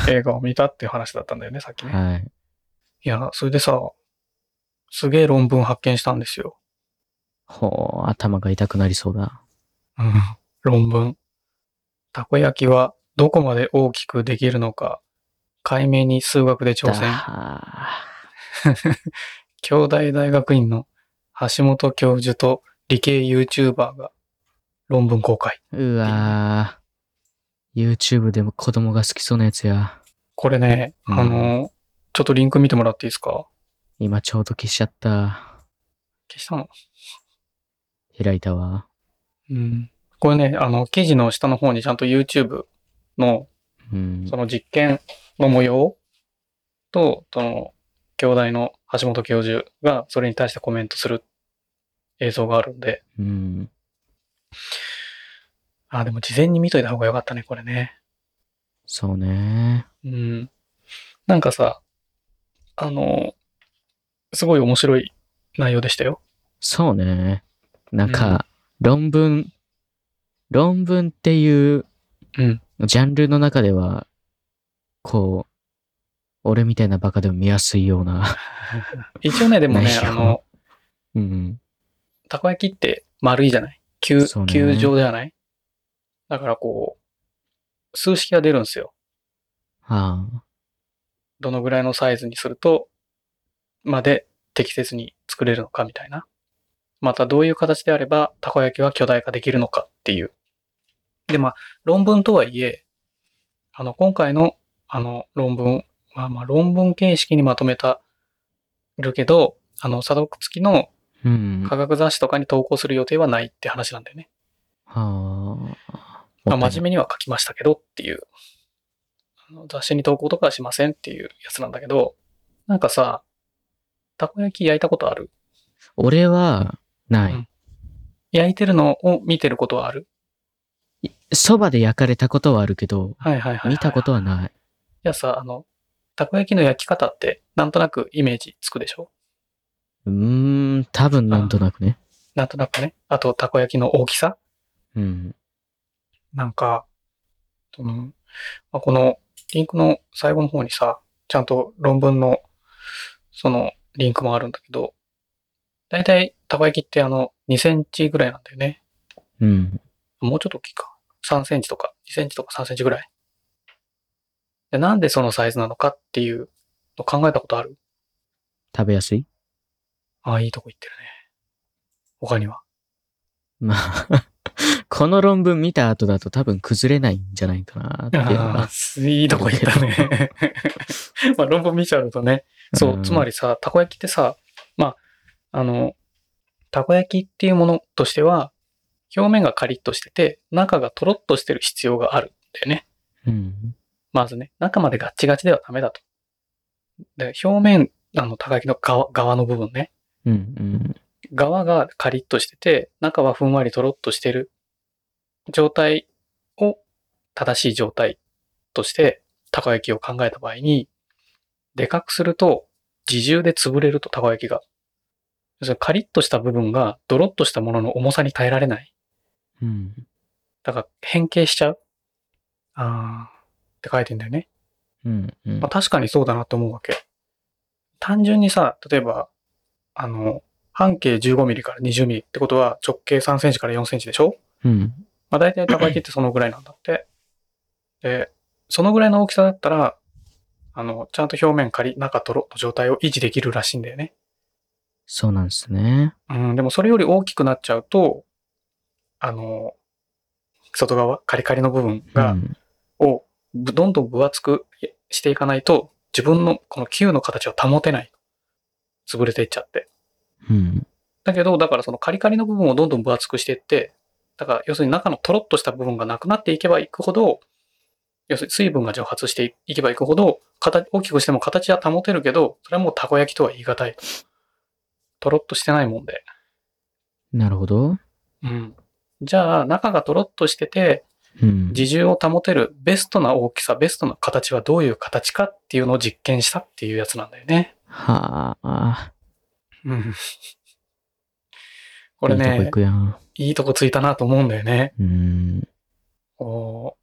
[SPEAKER 1] 映画を見たっていう話だったんだよね、さっきね。
[SPEAKER 2] はい。
[SPEAKER 1] いや、それでさ、すげえ論文発見したんですよ。
[SPEAKER 2] ほう、頭が痛くなりそうだ。
[SPEAKER 1] うん、 [LAUGHS] 論文。たこ焼きはどこまで大きくできるのか、解明に数学で挑戦。
[SPEAKER 2] だ
[SPEAKER 1] 京大大学院の橋本教授と理系 YouTuber が論文公開。
[SPEAKER 2] うわぁ。YouTube でも子供が好きそうなやつや。
[SPEAKER 1] これね、
[SPEAKER 2] うん
[SPEAKER 1] あの、ちょっとリンク見てもらっていいですか
[SPEAKER 2] 今ちょうど消しちゃった。
[SPEAKER 1] 消したの
[SPEAKER 2] 開いたわ。
[SPEAKER 1] うん。これね、あの、記事の下の方にちゃんと YouTube の、
[SPEAKER 2] うん
[SPEAKER 1] そ。の実験の模様と、その、京大の橋本教授がそれに対してコメントする映像があるんで、
[SPEAKER 2] うん。
[SPEAKER 1] あ、でも事前に見といた方がよかったね、これね。
[SPEAKER 2] そうね。
[SPEAKER 1] うん。なんかさ、あの、すごい面白い内容でしたよ。
[SPEAKER 2] [LAUGHS] そうね。なんか、論文、論文っていう
[SPEAKER 1] うん。
[SPEAKER 2] ジャンルの中では、こう、俺みたいなバカでも見やすいような。 [LAUGHS]
[SPEAKER 1] 一応ね、でもね、
[SPEAKER 2] 内容
[SPEAKER 1] あの、
[SPEAKER 2] うん。
[SPEAKER 1] たこ焼きって丸いじゃない球、
[SPEAKER 2] そうね
[SPEAKER 1] 球状じゃないだからこう、数式が出るんですよ。
[SPEAKER 2] ああ。
[SPEAKER 1] どのぐらいのサイズにすると、まで適切に作れるのかみたいな。またどういう形であれば、たこ焼きは巨大化できるのかっていう。で、まあ、論文とはいえ、あの、今回の、あの、論文、まあまあ、論文形式にまとめたるけど、あの、査読付きの
[SPEAKER 2] うん。
[SPEAKER 1] 科学雑誌とかに投稿する予定はないって話なんだよね。
[SPEAKER 2] はあ。
[SPEAKER 1] まあ、真面目には書きましたけどっていう、あの雑誌に投稿とかはしませんっていうやつなんだけど、なんかさ、たこ焼き焼いたことある
[SPEAKER 2] 俺は、ない。
[SPEAKER 1] 焼いてるのを見てることはある
[SPEAKER 2] そばで焼かれたことはあるけど、
[SPEAKER 1] はいはいはいはい。
[SPEAKER 2] 見たこと
[SPEAKER 1] い
[SPEAKER 2] はない。
[SPEAKER 1] やさ、あの、たこ焼きの焼き方ってなんとなくイメージつくでしょ
[SPEAKER 2] うーん、多分なんとなくね。
[SPEAKER 1] なんとなくね。あと、たこ焼きの大きさ
[SPEAKER 2] うん。
[SPEAKER 1] なんか、そのまあ、このリンクの最後の方にさ、ちゃんと論文のそのリンクもあるんだけど、だいたい、たこ焼きってあの、2センチぐらいなんだよね。
[SPEAKER 2] うん。
[SPEAKER 1] もうちょっと大きいか。3センチとか、2センチとか3センチぐらい。で、なんでそのサイズなのかっていうの考えたことある
[SPEAKER 2] 食べやすい
[SPEAKER 1] ああ、いいとこ行ってるね。他には。
[SPEAKER 2] まあ、 [LAUGHS] この論文見た後だと多分崩れないんじゃないかなっていうの
[SPEAKER 1] あ
[SPEAKER 2] が。
[SPEAKER 1] あ、いいとこ行った
[SPEAKER 2] [LAUGHS]
[SPEAKER 1] ね。まあ、論文見ちゃうとね。そう、
[SPEAKER 2] ん
[SPEAKER 1] つまりさ、たこ焼きってさ、まあ、あの、たこ焼きっていうものとしては、表面がカリッとしてて、中がトロッとしてる必要があるんだよね。
[SPEAKER 2] うん。
[SPEAKER 1] まずね、中までガッチガチではダメだと。で、表面、あの、たこ焼きの側側の部分ね。
[SPEAKER 2] うん。うん。
[SPEAKER 1] 側がカリッとしてて、中はふんわりとろっとしてる状態を正しい状態として、たこ焼きを考えた場合に、でかくすると、自重で潰れると、たこ焼きが。要するにカリッとした部分が、ドロッとしたものの重さに耐えられない。
[SPEAKER 2] うん。
[SPEAKER 1] だから、変形しちゃう。あー、って書いてんだよね。
[SPEAKER 2] うん。うん
[SPEAKER 1] まあ、確かにそうだなと思うわけ。単純にさ、例えば、あの、半径15ミリから20ミリってことは直径3センチから4センチでしょ
[SPEAKER 2] うん。
[SPEAKER 1] まあ大体たこ焼きってそのぐらいなんだって。で、そのぐらいの大きさだったら、あの、ちゃんと表面仮、中とろの状態を維持できるらしいんだよね。
[SPEAKER 2] そうなんですね。
[SPEAKER 1] うん、でもそれより大きくなっちゃうと、あの、外側、カリカリの部分が、
[SPEAKER 2] うん
[SPEAKER 1] をぶどんどん分厚くしていかないと、自分のこの球の形を保てない。潰れていっちゃって。
[SPEAKER 2] うん。
[SPEAKER 1] だけど、だからそのカリカリの部分をどんどん分厚くしていって、だから要するに中のトロッとした部分がなくなっていけばいくほど、要するに水分が蒸発していけばいくほど、形大きくしても形は保てるけど、それはもうたこ焼きとは言い難い。トロッとしてないもんで。
[SPEAKER 2] なるほど。
[SPEAKER 1] うん。じゃあ、中がトロッとしてて、
[SPEAKER 2] うん。
[SPEAKER 1] 自重を保てるベストな大きさ、ベストな形はどういう形かっていうのを実験したっていうやつなんだよね。
[SPEAKER 2] はあ。
[SPEAKER 1] うん。これ
[SPEAKER 2] いいとこ
[SPEAKER 1] ね
[SPEAKER 2] 行、くやん。
[SPEAKER 1] いいとこついたなと思うんだよね。
[SPEAKER 2] うん。
[SPEAKER 1] こ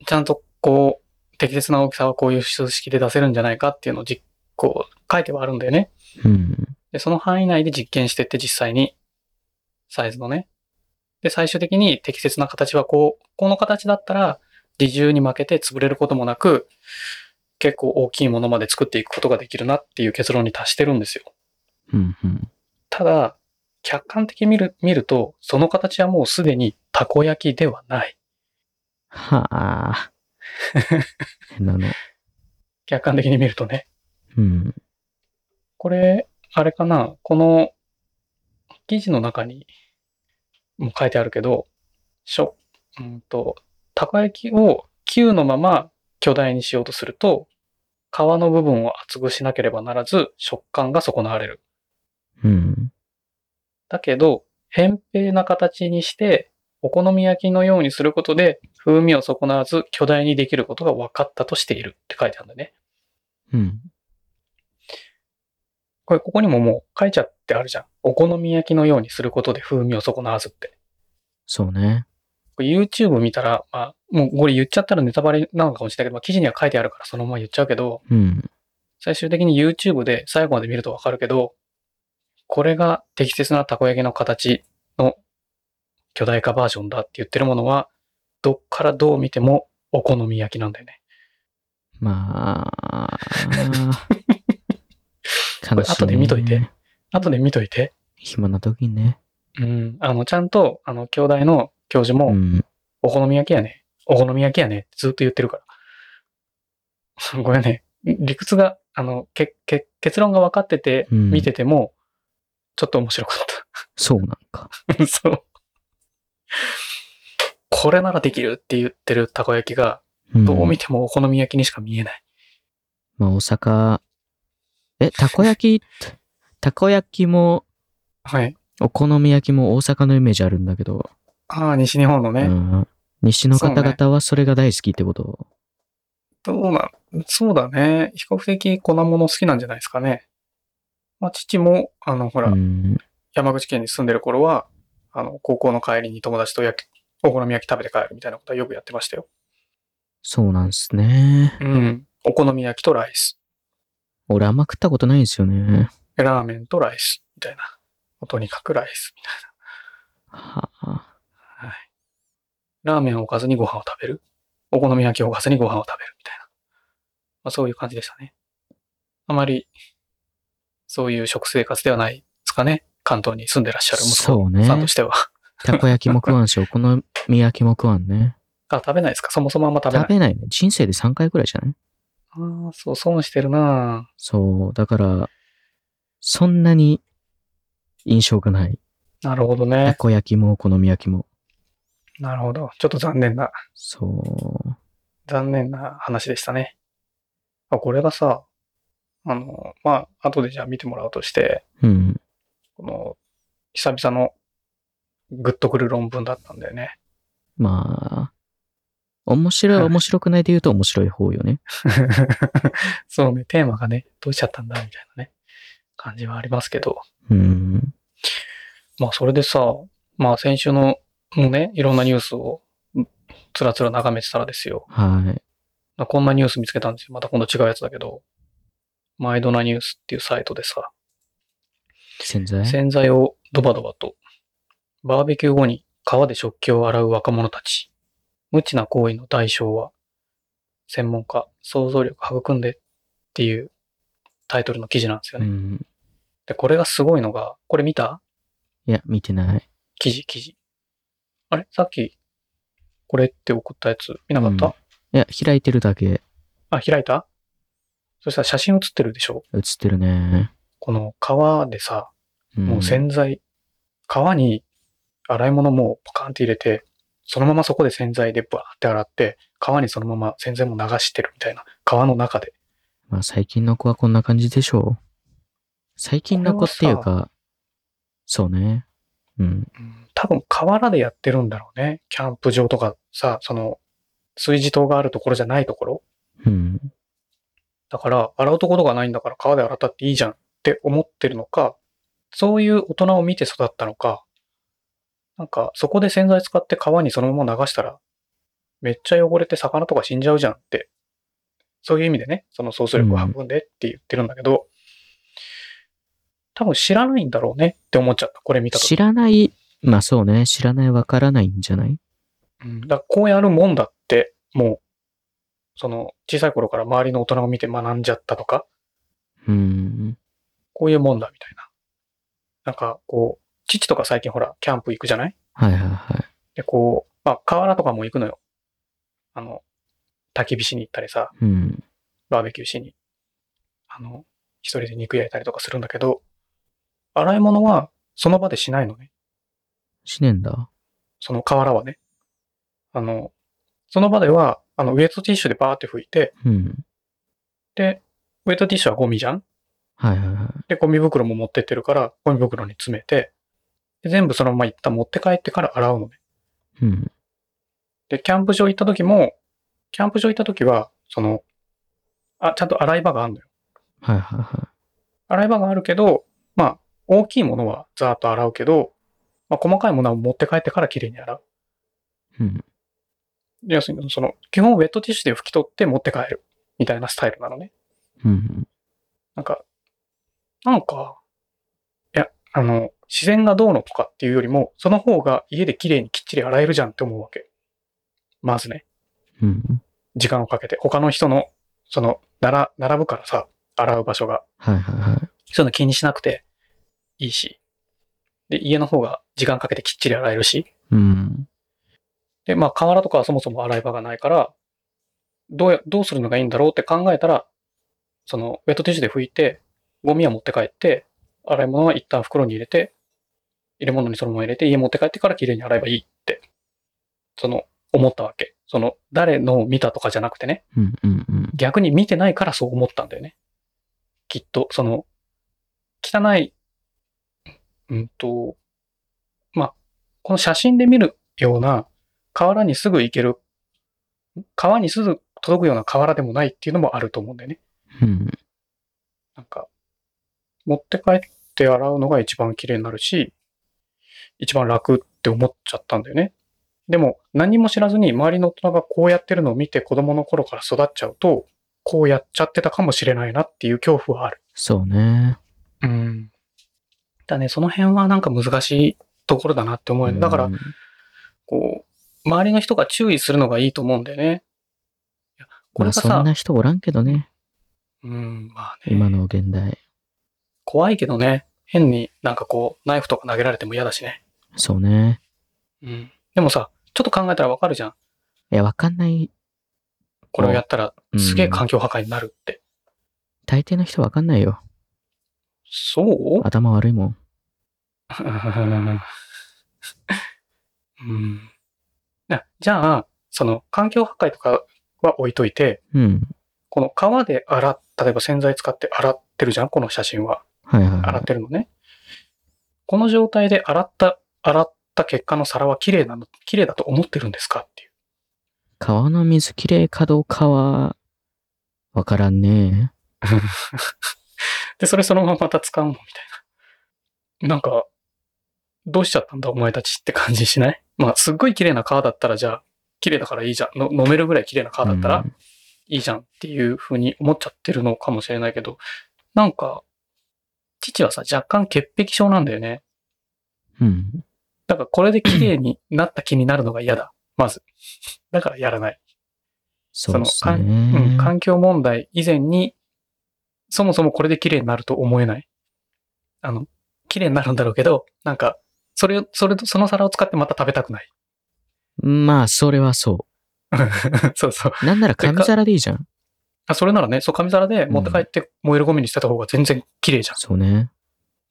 [SPEAKER 1] う、ちゃんとこう、適切な大きさはこういう数式で出せるんじゃないかっていうのを実こう書いてはあるんだよね。
[SPEAKER 2] うん。
[SPEAKER 1] で、その範囲内で実験してって実際に、サイズのね。で、最終的に適切な形はこう、この形だったら、自重に負けて潰れることもなく、結構大きいものまで作っていくことができるなっていう結論に達してるんですよ。
[SPEAKER 2] うん。うん。
[SPEAKER 1] ただ、客観的に見る、見ると、その形はもうすでにたこ焼きではない。
[SPEAKER 2] は
[SPEAKER 1] [LAUGHS]
[SPEAKER 2] あ。変なの。
[SPEAKER 1] 客観的に見るとね。
[SPEAKER 2] うん。
[SPEAKER 1] これ、あれかな、この記事の中にも書いてあるけど、しょ、うんと、たこ焼きを球のまま巨大にしようとすると、皮の部分を厚くしなければならず、食感が損なわれる。
[SPEAKER 2] うん。
[SPEAKER 1] だけど、扁平な形にして、お好み焼きのようにすることで、風味を損なわず巨大にできることが分かったとしているって書いてあるんだね。
[SPEAKER 2] うん。
[SPEAKER 1] これ、ここにももう書いちゃってあるじゃん。お好み焼きのようにすることで風味を損なわずって。
[SPEAKER 2] そうね。
[SPEAKER 1] これ YouTube 見たら、まあ、もうこれ言っちゃったらネタバレなのかもしれないけど、まあ、記事には書いてあるからそのまま言っちゃうけど、
[SPEAKER 2] うん。
[SPEAKER 1] 最終的に YouTube で最後まで見るとわかるけど、これが適切なたこ焼きの形の巨大化バージョンだって言ってるものは、どっからどう見てもお好み焼きなんだよね。
[SPEAKER 2] まあ。
[SPEAKER 1] [LAUGHS] これ
[SPEAKER 2] 悲し
[SPEAKER 1] 後
[SPEAKER 2] い、ね。
[SPEAKER 1] で見といて。後で見といて。
[SPEAKER 2] 暇な時にね。
[SPEAKER 1] うん。あの、ちゃんと、あの、兄弟の教授も、
[SPEAKER 2] うん。
[SPEAKER 1] お好み焼きやね。お好み焼きやね。ずっと言ってるから。 [LAUGHS] ごめんね。理屈が、あの、け、け、結論が分かってて、
[SPEAKER 2] うん
[SPEAKER 1] 見てても、ちょっと面白かっ
[SPEAKER 2] そうなんか。
[SPEAKER 1] た。 [LAUGHS] そう。これならできるって言ってるたこ焼きが、
[SPEAKER 2] うん
[SPEAKER 1] どう見てもお好み焼きにしか見えない。
[SPEAKER 2] まあ、大阪、え、たこ焼き、 [LAUGHS] たこ焼きも、
[SPEAKER 1] はい。
[SPEAKER 2] お好み焼きも大阪のイメージあるんだけど、
[SPEAKER 1] ああ、西日本のね。
[SPEAKER 2] うん、西の方々はそれが大好きってこと。
[SPEAKER 1] どうなん、そうだね。比較的粉物好きなんじゃないですかね。まあ、父も、あの、ほら、
[SPEAKER 2] うん、
[SPEAKER 1] 山口県に住んでる頃は、あの、高校の帰りに友達と焼き、お好み焼き食べて帰るみたいなことはよくやってましたよ。
[SPEAKER 2] そうなんすね。
[SPEAKER 1] うん。お好み焼きとライス。
[SPEAKER 2] 俺あんま食ったことないんですよね。
[SPEAKER 1] ラーメンとライス。みたいな。音に書くライスみたい
[SPEAKER 2] はあ、
[SPEAKER 1] な。はい。ラーメンをおかずにご飯を食べる。お好み焼きをおかずにご飯を食べるみたいな。まあ、そういう感じでしたね。あまり、そういう食生活ではないですかね。関東に住んでらっしゃる
[SPEAKER 2] そう
[SPEAKER 1] 息
[SPEAKER 2] ね
[SPEAKER 1] 子さんとしては。
[SPEAKER 2] たこ焼きも食わんし、お好み焼きも食わんね。
[SPEAKER 1] あ、食べないですかそもそもあんま食べない
[SPEAKER 2] 食。べないね。人生で3回くらいじゃない
[SPEAKER 1] ああ、そう、損してるな
[SPEAKER 2] そう。だから、そんなに印象がない。
[SPEAKER 1] ぁなるほど
[SPEAKER 2] た
[SPEAKER 1] ね。
[SPEAKER 2] こ焼きもお好み焼きも。
[SPEAKER 1] なるほど。ちょっと残念な、
[SPEAKER 2] そう。
[SPEAKER 1] 残念な話でしたね。あ、これがさ、あの、まあ、後でじゃあ見てもらうとして、
[SPEAKER 2] うん。
[SPEAKER 1] この、久々のグッとくる論文だったんだよね。
[SPEAKER 2] まあ、面白い、
[SPEAKER 1] はい
[SPEAKER 2] 面白くないで言うと面白い方よね。
[SPEAKER 1] そうね、テーマがね、どうしちゃったんだみたいなね、感じはありますけど。
[SPEAKER 2] うん。
[SPEAKER 1] まあ、それでさ、まあ、先週の、のね、いろんなニュースを、つらつら眺めてたらですよ。
[SPEAKER 2] はい。
[SPEAKER 1] まあこんなニュース見つけたんですよ。また今度違うやつだけど。マイドナニュースっていうサイトでさ、
[SPEAKER 2] 洗剤
[SPEAKER 1] 洗剤をドバドバと、バーベキュー後に川で食器を洗う若者たち。無知な行為の代償は、専門家、想像力育んでっていうタイトルの記事なんですよ
[SPEAKER 2] う
[SPEAKER 1] ね。
[SPEAKER 2] ん。
[SPEAKER 1] で、これがすごいのが、これ見た
[SPEAKER 2] いや、見てない。
[SPEAKER 1] 記事、記事。あれさっき、これって送ったやつ見なかった、
[SPEAKER 2] うんいや、開いてるだけ
[SPEAKER 1] あ、開いたそしたら写真写ってるでしょ
[SPEAKER 2] 映ってるね。
[SPEAKER 1] この川でさ、
[SPEAKER 2] うん、
[SPEAKER 1] もう洗剤、川に洗い物もうポカンって入れて、そのままそこで洗剤でバーって洗って、川にそのまま洗剤も流してるみたいな。川の中で。
[SPEAKER 2] まあ最近の子はこんな感じでしょう。最近の子っていう
[SPEAKER 1] これ
[SPEAKER 2] か、そうね。うん。
[SPEAKER 1] うん多分河原でやってるんだろうね。キャンプ場とかさ、その、炊事塔があるところじゃないところ。
[SPEAKER 2] うん。
[SPEAKER 1] だから、洗うところがないんだから川で洗ったっていいじゃんって思ってるのか、そういう大人を見て育ったのか、なんかそこで洗剤使って川にそのまま流したら、めっちゃ汚れて魚とか死んじゃうじゃんって、そういう意味でね、その想像力を運んでって言ってるんだけど、多分知らないんだろうねって思っちゃった。これ見たとき。
[SPEAKER 2] 知らない、まあそうね。知らない、わからないんじゃない
[SPEAKER 1] うん、だからこうやるもんだって、もう、その小さい頃から周りの大人を見て学んじゃったとか、
[SPEAKER 2] うん。
[SPEAKER 1] こういうもんだみたいな。なんか、こう、父とか最近ほら、キャンプ行くじゃない
[SPEAKER 2] はいはいはい。
[SPEAKER 1] で、こう、まあ、河原とかも行くのよ。あの、焚き火しに行ったりさ、
[SPEAKER 2] うん。
[SPEAKER 1] バーベキューしに。あの、一人で肉焼いたりとかするんだけど、洗い物はその場でしないのね。
[SPEAKER 2] しねえんだ。
[SPEAKER 1] その河原はね。あの、その場では、あの、ウェットティッシュでバーって拭いて、
[SPEAKER 2] うん。
[SPEAKER 1] で、ウェットティッシュはゴミじゃん
[SPEAKER 2] はいはいはい。
[SPEAKER 1] で、ゴミ袋も持ってってるから、ゴミ袋に詰めて、で全部そのまま一旦持って帰ってから洗うのね。
[SPEAKER 2] うん。
[SPEAKER 1] で、キャンプ場行った時も、キャンプ場行った時は、その、あ、ちゃんと洗い場があるのよ。
[SPEAKER 2] はいはいは
[SPEAKER 1] 洗い場があるけど、まあ、大きいものはざーっと洗うけど、まあ、細かいものは持って帰ってからきれいに洗う。
[SPEAKER 2] い。うん。
[SPEAKER 1] 要するに、その、基本ウェットティッシュで拭き取って持って帰る。みたいなスタイルなのね。
[SPEAKER 2] うん。
[SPEAKER 1] なんか、なんか、いや、あの、自然がどうのとかっていうよりも、その方が家できれいにきっちり洗えるじゃんって思うわけ。まずね。
[SPEAKER 2] うん。
[SPEAKER 1] 時間をかけて、他の人の、その、なら、並ぶからさ、洗う場所が。
[SPEAKER 2] はいはいはい。
[SPEAKER 1] そういうの気にしなくていいし。で、家の方が時間かけてきっちり洗えるし。
[SPEAKER 2] うん。
[SPEAKER 1] で、まあ、河原とかはそもそも洗い場がないから、どうや、どうするのがいいんだろうって考えたら、その、ウェットティッシュで拭いて、ゴミは持って帰って、洗い物は一旦袋に入れて、入れ物にそのまま入れて、家持って帰ってからきれいに洗えばいいって、その、思ったわけ。その、誰のを見たとかじゃなくてね。
[SPEAKER 2] うんうんうん。
[SPEAKER 1] 逆に見てないからそう思ったんだよね。きっと、その、汚い、うんと、まあ、この写真で見るような、河原にすぐ行ける、ん川にすぐ届くような河原でもないっていうのもあると思うんだよね。
[SPEAKER 2] うん。
[SPEAKER 1] なんか、持って帰って洗うのが一番綺麗になるし、一番楽って思っちゃったんだよね。でも、何も知らずに周りの大人がこうやってるのを見て子供の頃から育っちゃうと、こうやっちゃってたかもしれないなっていう恐怖はある。
[SPEAKER 2] そうね。
[SPEAKER 1] うん。だね、その辺はなんか難しいところだなって思うよね。だから
[SPEAKER 2] う、ん、
[SPEAKER 1] こう、周りの人が注意するのがいいと思うんだよね。いやこ
[SPEAKER 2] ま
[SPEAKER 1] れが
[SPEAKER 2] あそん
[SPEAKER 1] さ、
[SPEAKER 2] な人おらんけどね、
[SPEAKER 1] うん、まあね、
[SPEAKER 2] 今の現代。
[SPEAKER 1] 怖いけどね、変になんかこう、ナイフとか投げられても嫌だしね。
[SPEAKER 2] そうね。
[SPEAKER 1] うん。でもさ、ちょっと考えたらわかるじゃん。
[SPEAKER 2] いや、わかんない。
[SPEAKER 1] これをやったら
[SPEAKER 2] うん
[SPEAKER 1] すげえ環境破壊になるって。
[SPEAKER 2] 大抵の人わかんないよ。
[SPEAKER 1] そう
[SPEAKER 2] 頭悪いもん。
[SPEAKER 1] [LAUGHS] うん、なじゃあ、その環境破壊とかは置いといて、
[SPEAKER 2] うん。
[SPEAKER 1] この川で洗っ、例えば洗剤使って洗ってるじゃんこの写真は。
[SPEAKER 2] はいはい、
[SPEAKER 1] 洗っ
[SPEAKER 2] は
[SPEAKER 1] てるのね。この状態で洗った、洗った結果の皿は綺麗なの、綺麗だと思ってるんですかっていう。
[SPEAKER 2] い。川の水きれいかどうかは、わからんね。
[SPEAKER 1] で、それそのまままた使うのみたいな。なんか、どうしちゃったんだお前たちって感じしない [LAUGHS] まあ、すっごい綺麗な川だったら、じゃあ、綺麗だからいいじゃん。の飲めるぐらい綺麗な川だったら
[SPEAKER 2] うん
[SPEAKER 1] いいじゃんっていうふうに思っちゃってるのかもしれないけど、なんか、父はさ、若干潔癖症なんだよね。
[SPEAKER 2] うん。
[SPEAKER 1] だからこれで綺麗になった気になるのが嫌だ。まず。 [LAUGHS] だからやらない。
[SPEAKER 2] そうっすね。
[SPEAKER 1] そうん、環境問題以前に、そもそもこれで綺麗になると思えない。あの、綺麗になるんだろうけど、なんか、それを、それと、その皿を使ってまた食べたくない。 [LAUGHS]
[SPEAKER 2] まあ、それはそ
[SPEAKER 1] そうそう。
[SPEAKER 2] う。なんなら紙皿でいいじゃん。
[SPEAKER 1] あ、それならね、そう、紙皿で持って帰って燃えるゴミにしてた方が全然綺麗じゃ
[SPEAKER 2] そうね。
[SPEAKER 1] ん。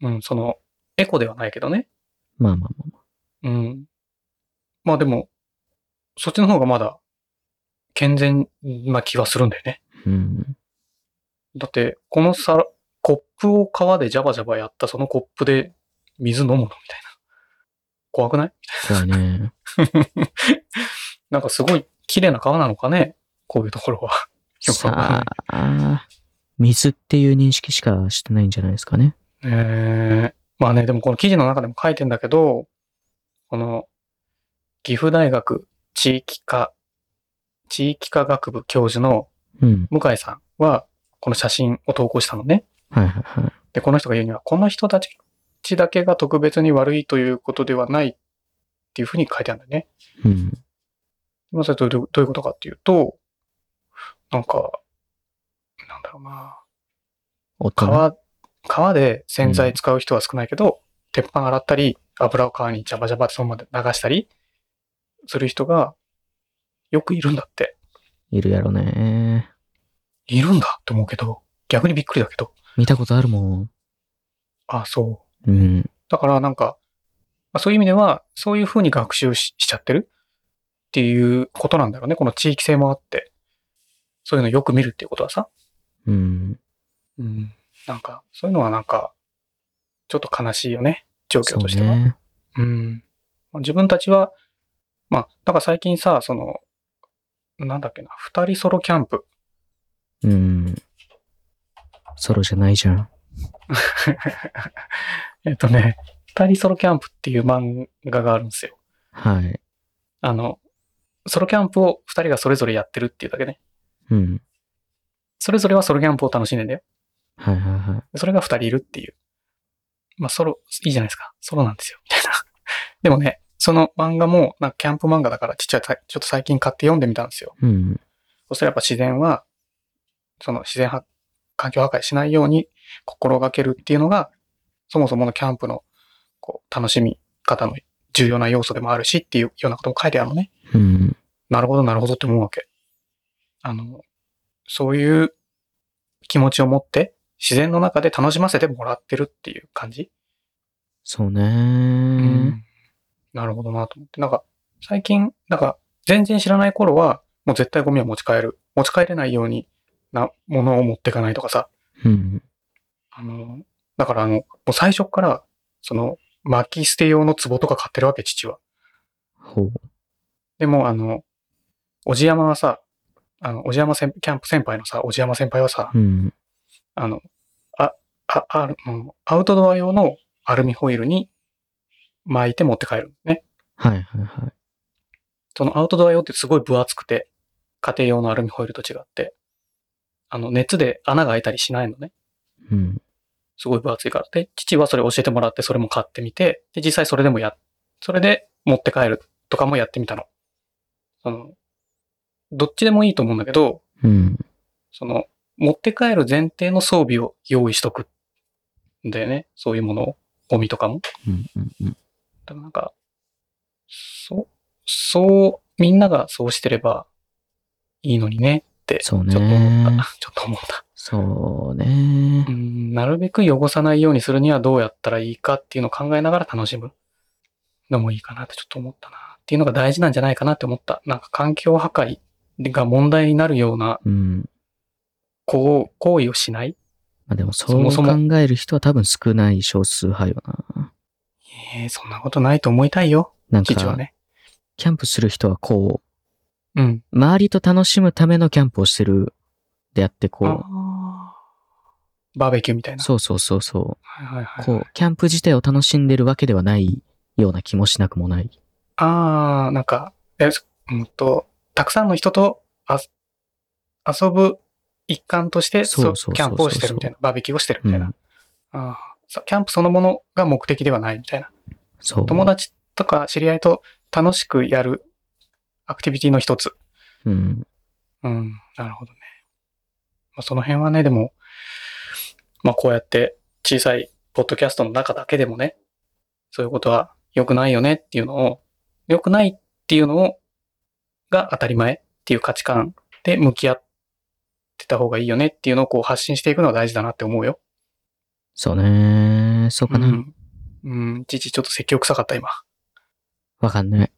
[SPEAKER 1] うん、その、エコではないけどね。
[SPEAKER 2] まあまあまあまあ。
[SPEAKER 1] うん。まあでも、そっちの方がまだ、健全な気はするんだよね。
[SPEAKER 2] うん。
[SPEAKER 1] だって、この皿、コップを川でジャバジャバやったそのコップで水飲むのみたいな。怖くない
[SPEAKER 2] 怖
[SPEAKER 1] [LAUGHS]
[SPEAKER 2] いね。
[SPEAKER 1] なんかすごい綺麗な川なのかねこういうところは。よくわかん
[SPEAKER 2] さあ、水っていう認識しかしてないんじゃないですかね。
[SPEAKER 1] ないねえまあね、でもこの記事の中でも書いてんだけど、この、岐阜大学地域科、地域科学部教授の
[SPEAKER 2] うん。
[SPEAKER 1] 向井さんは、この写真を投稿したのね。
[SPEAKER 2] はいはいはい。
[SPEAKER 1] で、この人が言うには、この人たちだけが特別に悪いということではないっていうふうに書いてあるんだよね。
[SPEAKER 2] うん。
[SPEAKER 1] まあ、それどういうどういうことかっていうと、なんか、なんだろうな。
[SPEAKER 2] 大人。
[SPEAKER 1] 川、川で洗剤使う人は少ないけど、鉄板洗ったり、油を川にジャバジャバってそのままで流したりする人がよくいるんだって。
[SPEAKER 2] いるやろね。
[SPEAKER 1] いるんだって思うけど、逆にびっくりだけど。
[SPEAKER 2] 見たことあるも
[SPEAKER 1] あ、そう。
[SPEAKER 2] ん。うん。
[SPEAKER 1] だからなんか、まあそういう意味では、そういうふうに学習ししちゃってるっていうことなんだろうね。この地域性もあって。そういうのよく見るっていうことはさ。
[SPEAKER 2] うん。
[SPEAKER 1] うん。なんか、そういうのはなんか、ちょっと悲しいよね。状況としては。
[SPEAKER 2] そ
[SPEAKER 1] う
[SPEAKER 2] うね。
[SPEAKER 1] ん。まあ自分たちは、まあ、なんか最近さ、その、なんだっけな、二人ソロキャンプ。
[SPEAKER 2] うん。ソロじゃないじゃん。
[SPEAKER 1] えっとね、二人ソロキャンプっていう漫画があるんですよ。
[SPEAKER 2] はい。
[SPEAKER 1] あの、ソロキャンプを二人がそれぞれやってるっていうだけね。
[SPEAKER 2] うん。
[SPEAKER 1] それぞれはソロキャンプを楽しんでんだよ。
[SPEAKER 2] はいはいはい。
[SPEAKER 1] それが二人いるっていう。まあ、ソロ、いいじゃないですか。ソロなんですよ。みたいな。 [LAUGHS] でもね、その漫画も、なんかキャンプ漫画だからちっちゃいた、ちょっと最近買って読んでみたんですよ。
[SPEAKER 2] うん。
[SPEAKER 1] そしたらやっぱ自然は、その自然は、環境破壊しないように心がけるっていうのが、そもそものキャンプの、こう、楽しみ方の重要な要素でもあるしっていうようなことも書いてあるのね。
[SPEAKER 2] うん。
[SPEAKER 1] なるほど、なるほどって思うわけ。あの、そういう気持ちを持って、自然の中で楽しませてもらってるっていう感じ。
[SPEAKER 2] そうね。
[SPEAKER 1] なるほどなと思って。なんか、最近、なんか、全然知らない頃は、もう絶対ゴミは持ち帰る。持ち帰れないようにな、ものを持っていかないとかさ。
[SPEAKER 2] うん。
[SPEAKER 1] あの、だからあの、もう最初っから、その、薪捨て用の壺とか買ってるわけ、父は。
[SPEAKER 2] ほう。
[SPEAKER 1] でも、あの、おじやまはさ、あの、おじやま先キャンプ先輩のさ、おじやま先輩はさ、
[SPEAKER 2] うん。
[SPEAKER 1] あの、あ、あ、ある、うんアウトドア用のアルミホイルに巻いて持って帰るのね。
[SPEAKER 2] はいはいはい。
[SPEAKER 1] そのアウトドア用ってすごい分厚くて、家庭用のアルミホイルと違って、あの、熱で穴が開いたりしないのね。
[SPEAKER 2] うん。
[SPEAKER 1] すごい分厚いから。で、父はそれ教えてもらって、それも買ってみて、で、実際それでもや、それで持って帰るとかもやってみたの。その、どっちでもいいと思うんだけど、
[SPEAKER 2] うん。
[SPEAKER 1] その、持って帰る前提の装備を用意しとくんだよね。そういうものを。ゴミとかも。
[SPEAKER 2] うん。うん。うん。
[SPEAKER 1] でもなんか、そう、そう、みんながそうしてればいいのにねって、ち
[SPEAKER 2] そ
[SPEAKER 1] ょ
[SPEAKER 2] う
[SPEAKER 1] っ
[SPEAKER 2] ね
[SPEAKER 1] と思った。 [LAUGHS] ちょっと思った。
[SPEAKER 2] そう
[SPEAKER 1] う
[SPEAKER 2] ね。
[SPEAKER 1] ん、なるべく汚さないようにするにはどうやったらいいかっていうのを考えながら楽しむのもいいかなってちょっと思ったな。っていうのが大事なんじゃないかなって思った。なんか環境破壊が問題になるような
[SPEAKER 2] うん。
[SPEAKER 1] 行行為をしない。
[SPEAKER 2] まあでも、
[SPEAKER 1] そ
[SPEAKER 2] そう
[SPEAKER 1] もそも
[SPEAKER 2] 考える人は多分少ない少数派よな。
[SPEAKER 1] えー、そんなことないと思いたいよ。
[SPEAKER 2] なん
[SPEAKER 1] 父は
[SPEAKER 2] か、
[SPEAKER 1] ね。
[SPEAKER 2] キャンプする人はこ
[SPEAKER 1] うん。
[SPEAKER 2] う、周りと楽しむためのキャンプをしてるであって、こう、
[SPEAKER 1] あーバーベキューみたいな。
[SPEAKER 2] そうそうそうそ
[SPEAKER 1] はいはいは
[SPEAKER 2] う、
[SPEAKER 1] い。
[SPEAKER 2] こう、キャンプ自体を楽しんでるわけではないような気もしなくもない。
[SPEAKER 1] ああ、なんか、え、そうんと、たくさんの人とあ遊ぶ一環として、
[SPEAKER 2] そうそうそうそう
[SPEAKER 1] キャンプをしてるみたいな、バーベキューをしてるみたいな。
[SPEAKER 2] うん
[SPEAKER 1] あーそキャンプそのものが目的ではないみたいな。
[SPEAKER 2] そう。
[SPEAKER 1] 友達とか知り合いと楽しくやるアクティビティの一つ。
[SPEAKER 2] うん。
[SPEAKER 1] うん、なるほどね。まあ、その辺はね、でも、まあこうやって小さいポッドキャストの中だけでもね、そういうことは良くないよねっていうのを、良くないっていうのを、が当たり前っていう価値観で向き合ってた方がいいよねっていうのをこう発信していくのは大事だなって思うよ。
[SPEAKER 2] そうね。そうか
[SPEAKER 1] う
[SPEAKER 2] な。
[SPEAKER 1] ん。うん、父ちょっと説教臭かった今。
[SPEAKER 2] わかんない。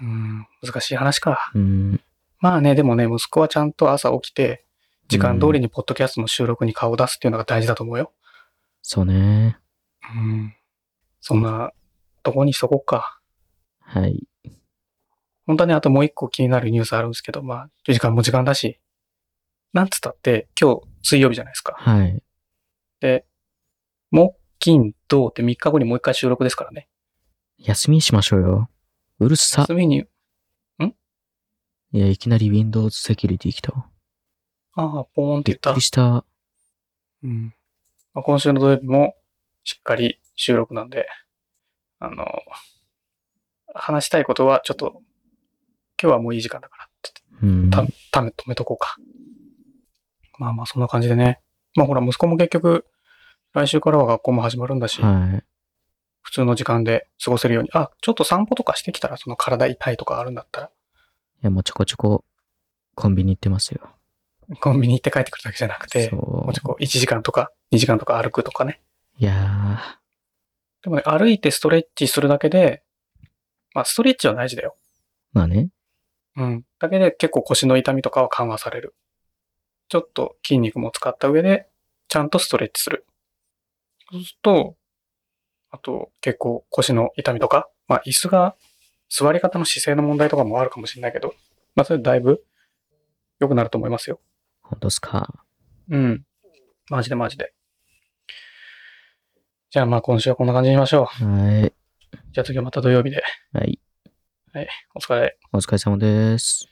[SPEAKER 1] うん、難しい話か。
[SPEAKER 2] うん。
[SPEAKER 1] まあね、でもね、息子はちゃんと朝起きて、時間通りにポッドキャストの収録に顔を出すっていうのが大事だと思うよ。
[SPEAKER 2] そうね。
[SPEAKER 1] うんそんなとこにしとこうか。
[SPEAKER 2] はい。
[SPEAKER 1] 本当はね、あともう一個気になるニュースあるんですけど、まあ、時間も時間だし。なんつったって、今日水曜日じゃないですか。
[SPEAKER 2] はい。
[SPEAKER 1] 木、金、土って3日後にもう一回収録ですからね。
[SPEAKER 2] 休みにしましょうよ。うるさ。
[SPEAKER 1] 休みに、
[SPEAKER 2] いや、いきなり Windows セキュリティ来たわ。
[SPEAKER 1] ああ、ポーンって言
[SPEAKER 2] びっ
[SPEAKER 1] った
[SPEAKER 2] くり。した。
[SPEAKER 1] うんまあ、今週の土曜日もしっかり収録なんで、あの、話したいことはちょっと、今日はもういい時間だからって
[SPEAKER 2] うん。
[SPEAKER 1] た、ため、止めとこうか。まあまあ、そんな感じでね。まあほら、息子も結局、来週からは学校も始まるんだし、
[SPEAKER 2] はい。
[SPEAKER 1] 普通の時間で過ごせるように。あ、ちょっと散歩とかしてきたら、その体痛いとかあるんだったら、
[SPEAKER 2] いや、もうちょこちょこコンビニ行ってますよ。
[SPEAKER 1] コンビニ行って帰ってくるだけじゃなくて、
[SPEAKER 2] そ
[SPEAKER 1] もうちょっとこう1時間とか2時間とか歩くとかね。
[SPEAKER 2] う。いや
[SPEAKER 1] でもね、歩いてストレッチするだけで、まあストレッチは大事だよ。
[SPEAKER 2] ー、まあね。
[SPEAKER 1] うん。だけで結構腰の痛みとかは緩和される。ちょっと筋肉も使った上で、ちゃんとストレッチする。そうすると、あと結構腰の痛みとか、まあ椅子が座り方の姿勢の問題とかもあるかもしれないけど、まあそれだいぶ良くなると思いますよ。
[SPEAKER 2] 本当っすか。
[SPEAKER 1] うん。マジでマジで。じゃあまあ今週はこんな感じにしましょ
[SPEAKER 2] はい。
[SPEAKER 1] う。じゃあ次はまた土曜日で。
[SPEAKER 2] はい。
[SPEAKER 1] お疲れ。
[SPEAKER 2] お疲れ様です。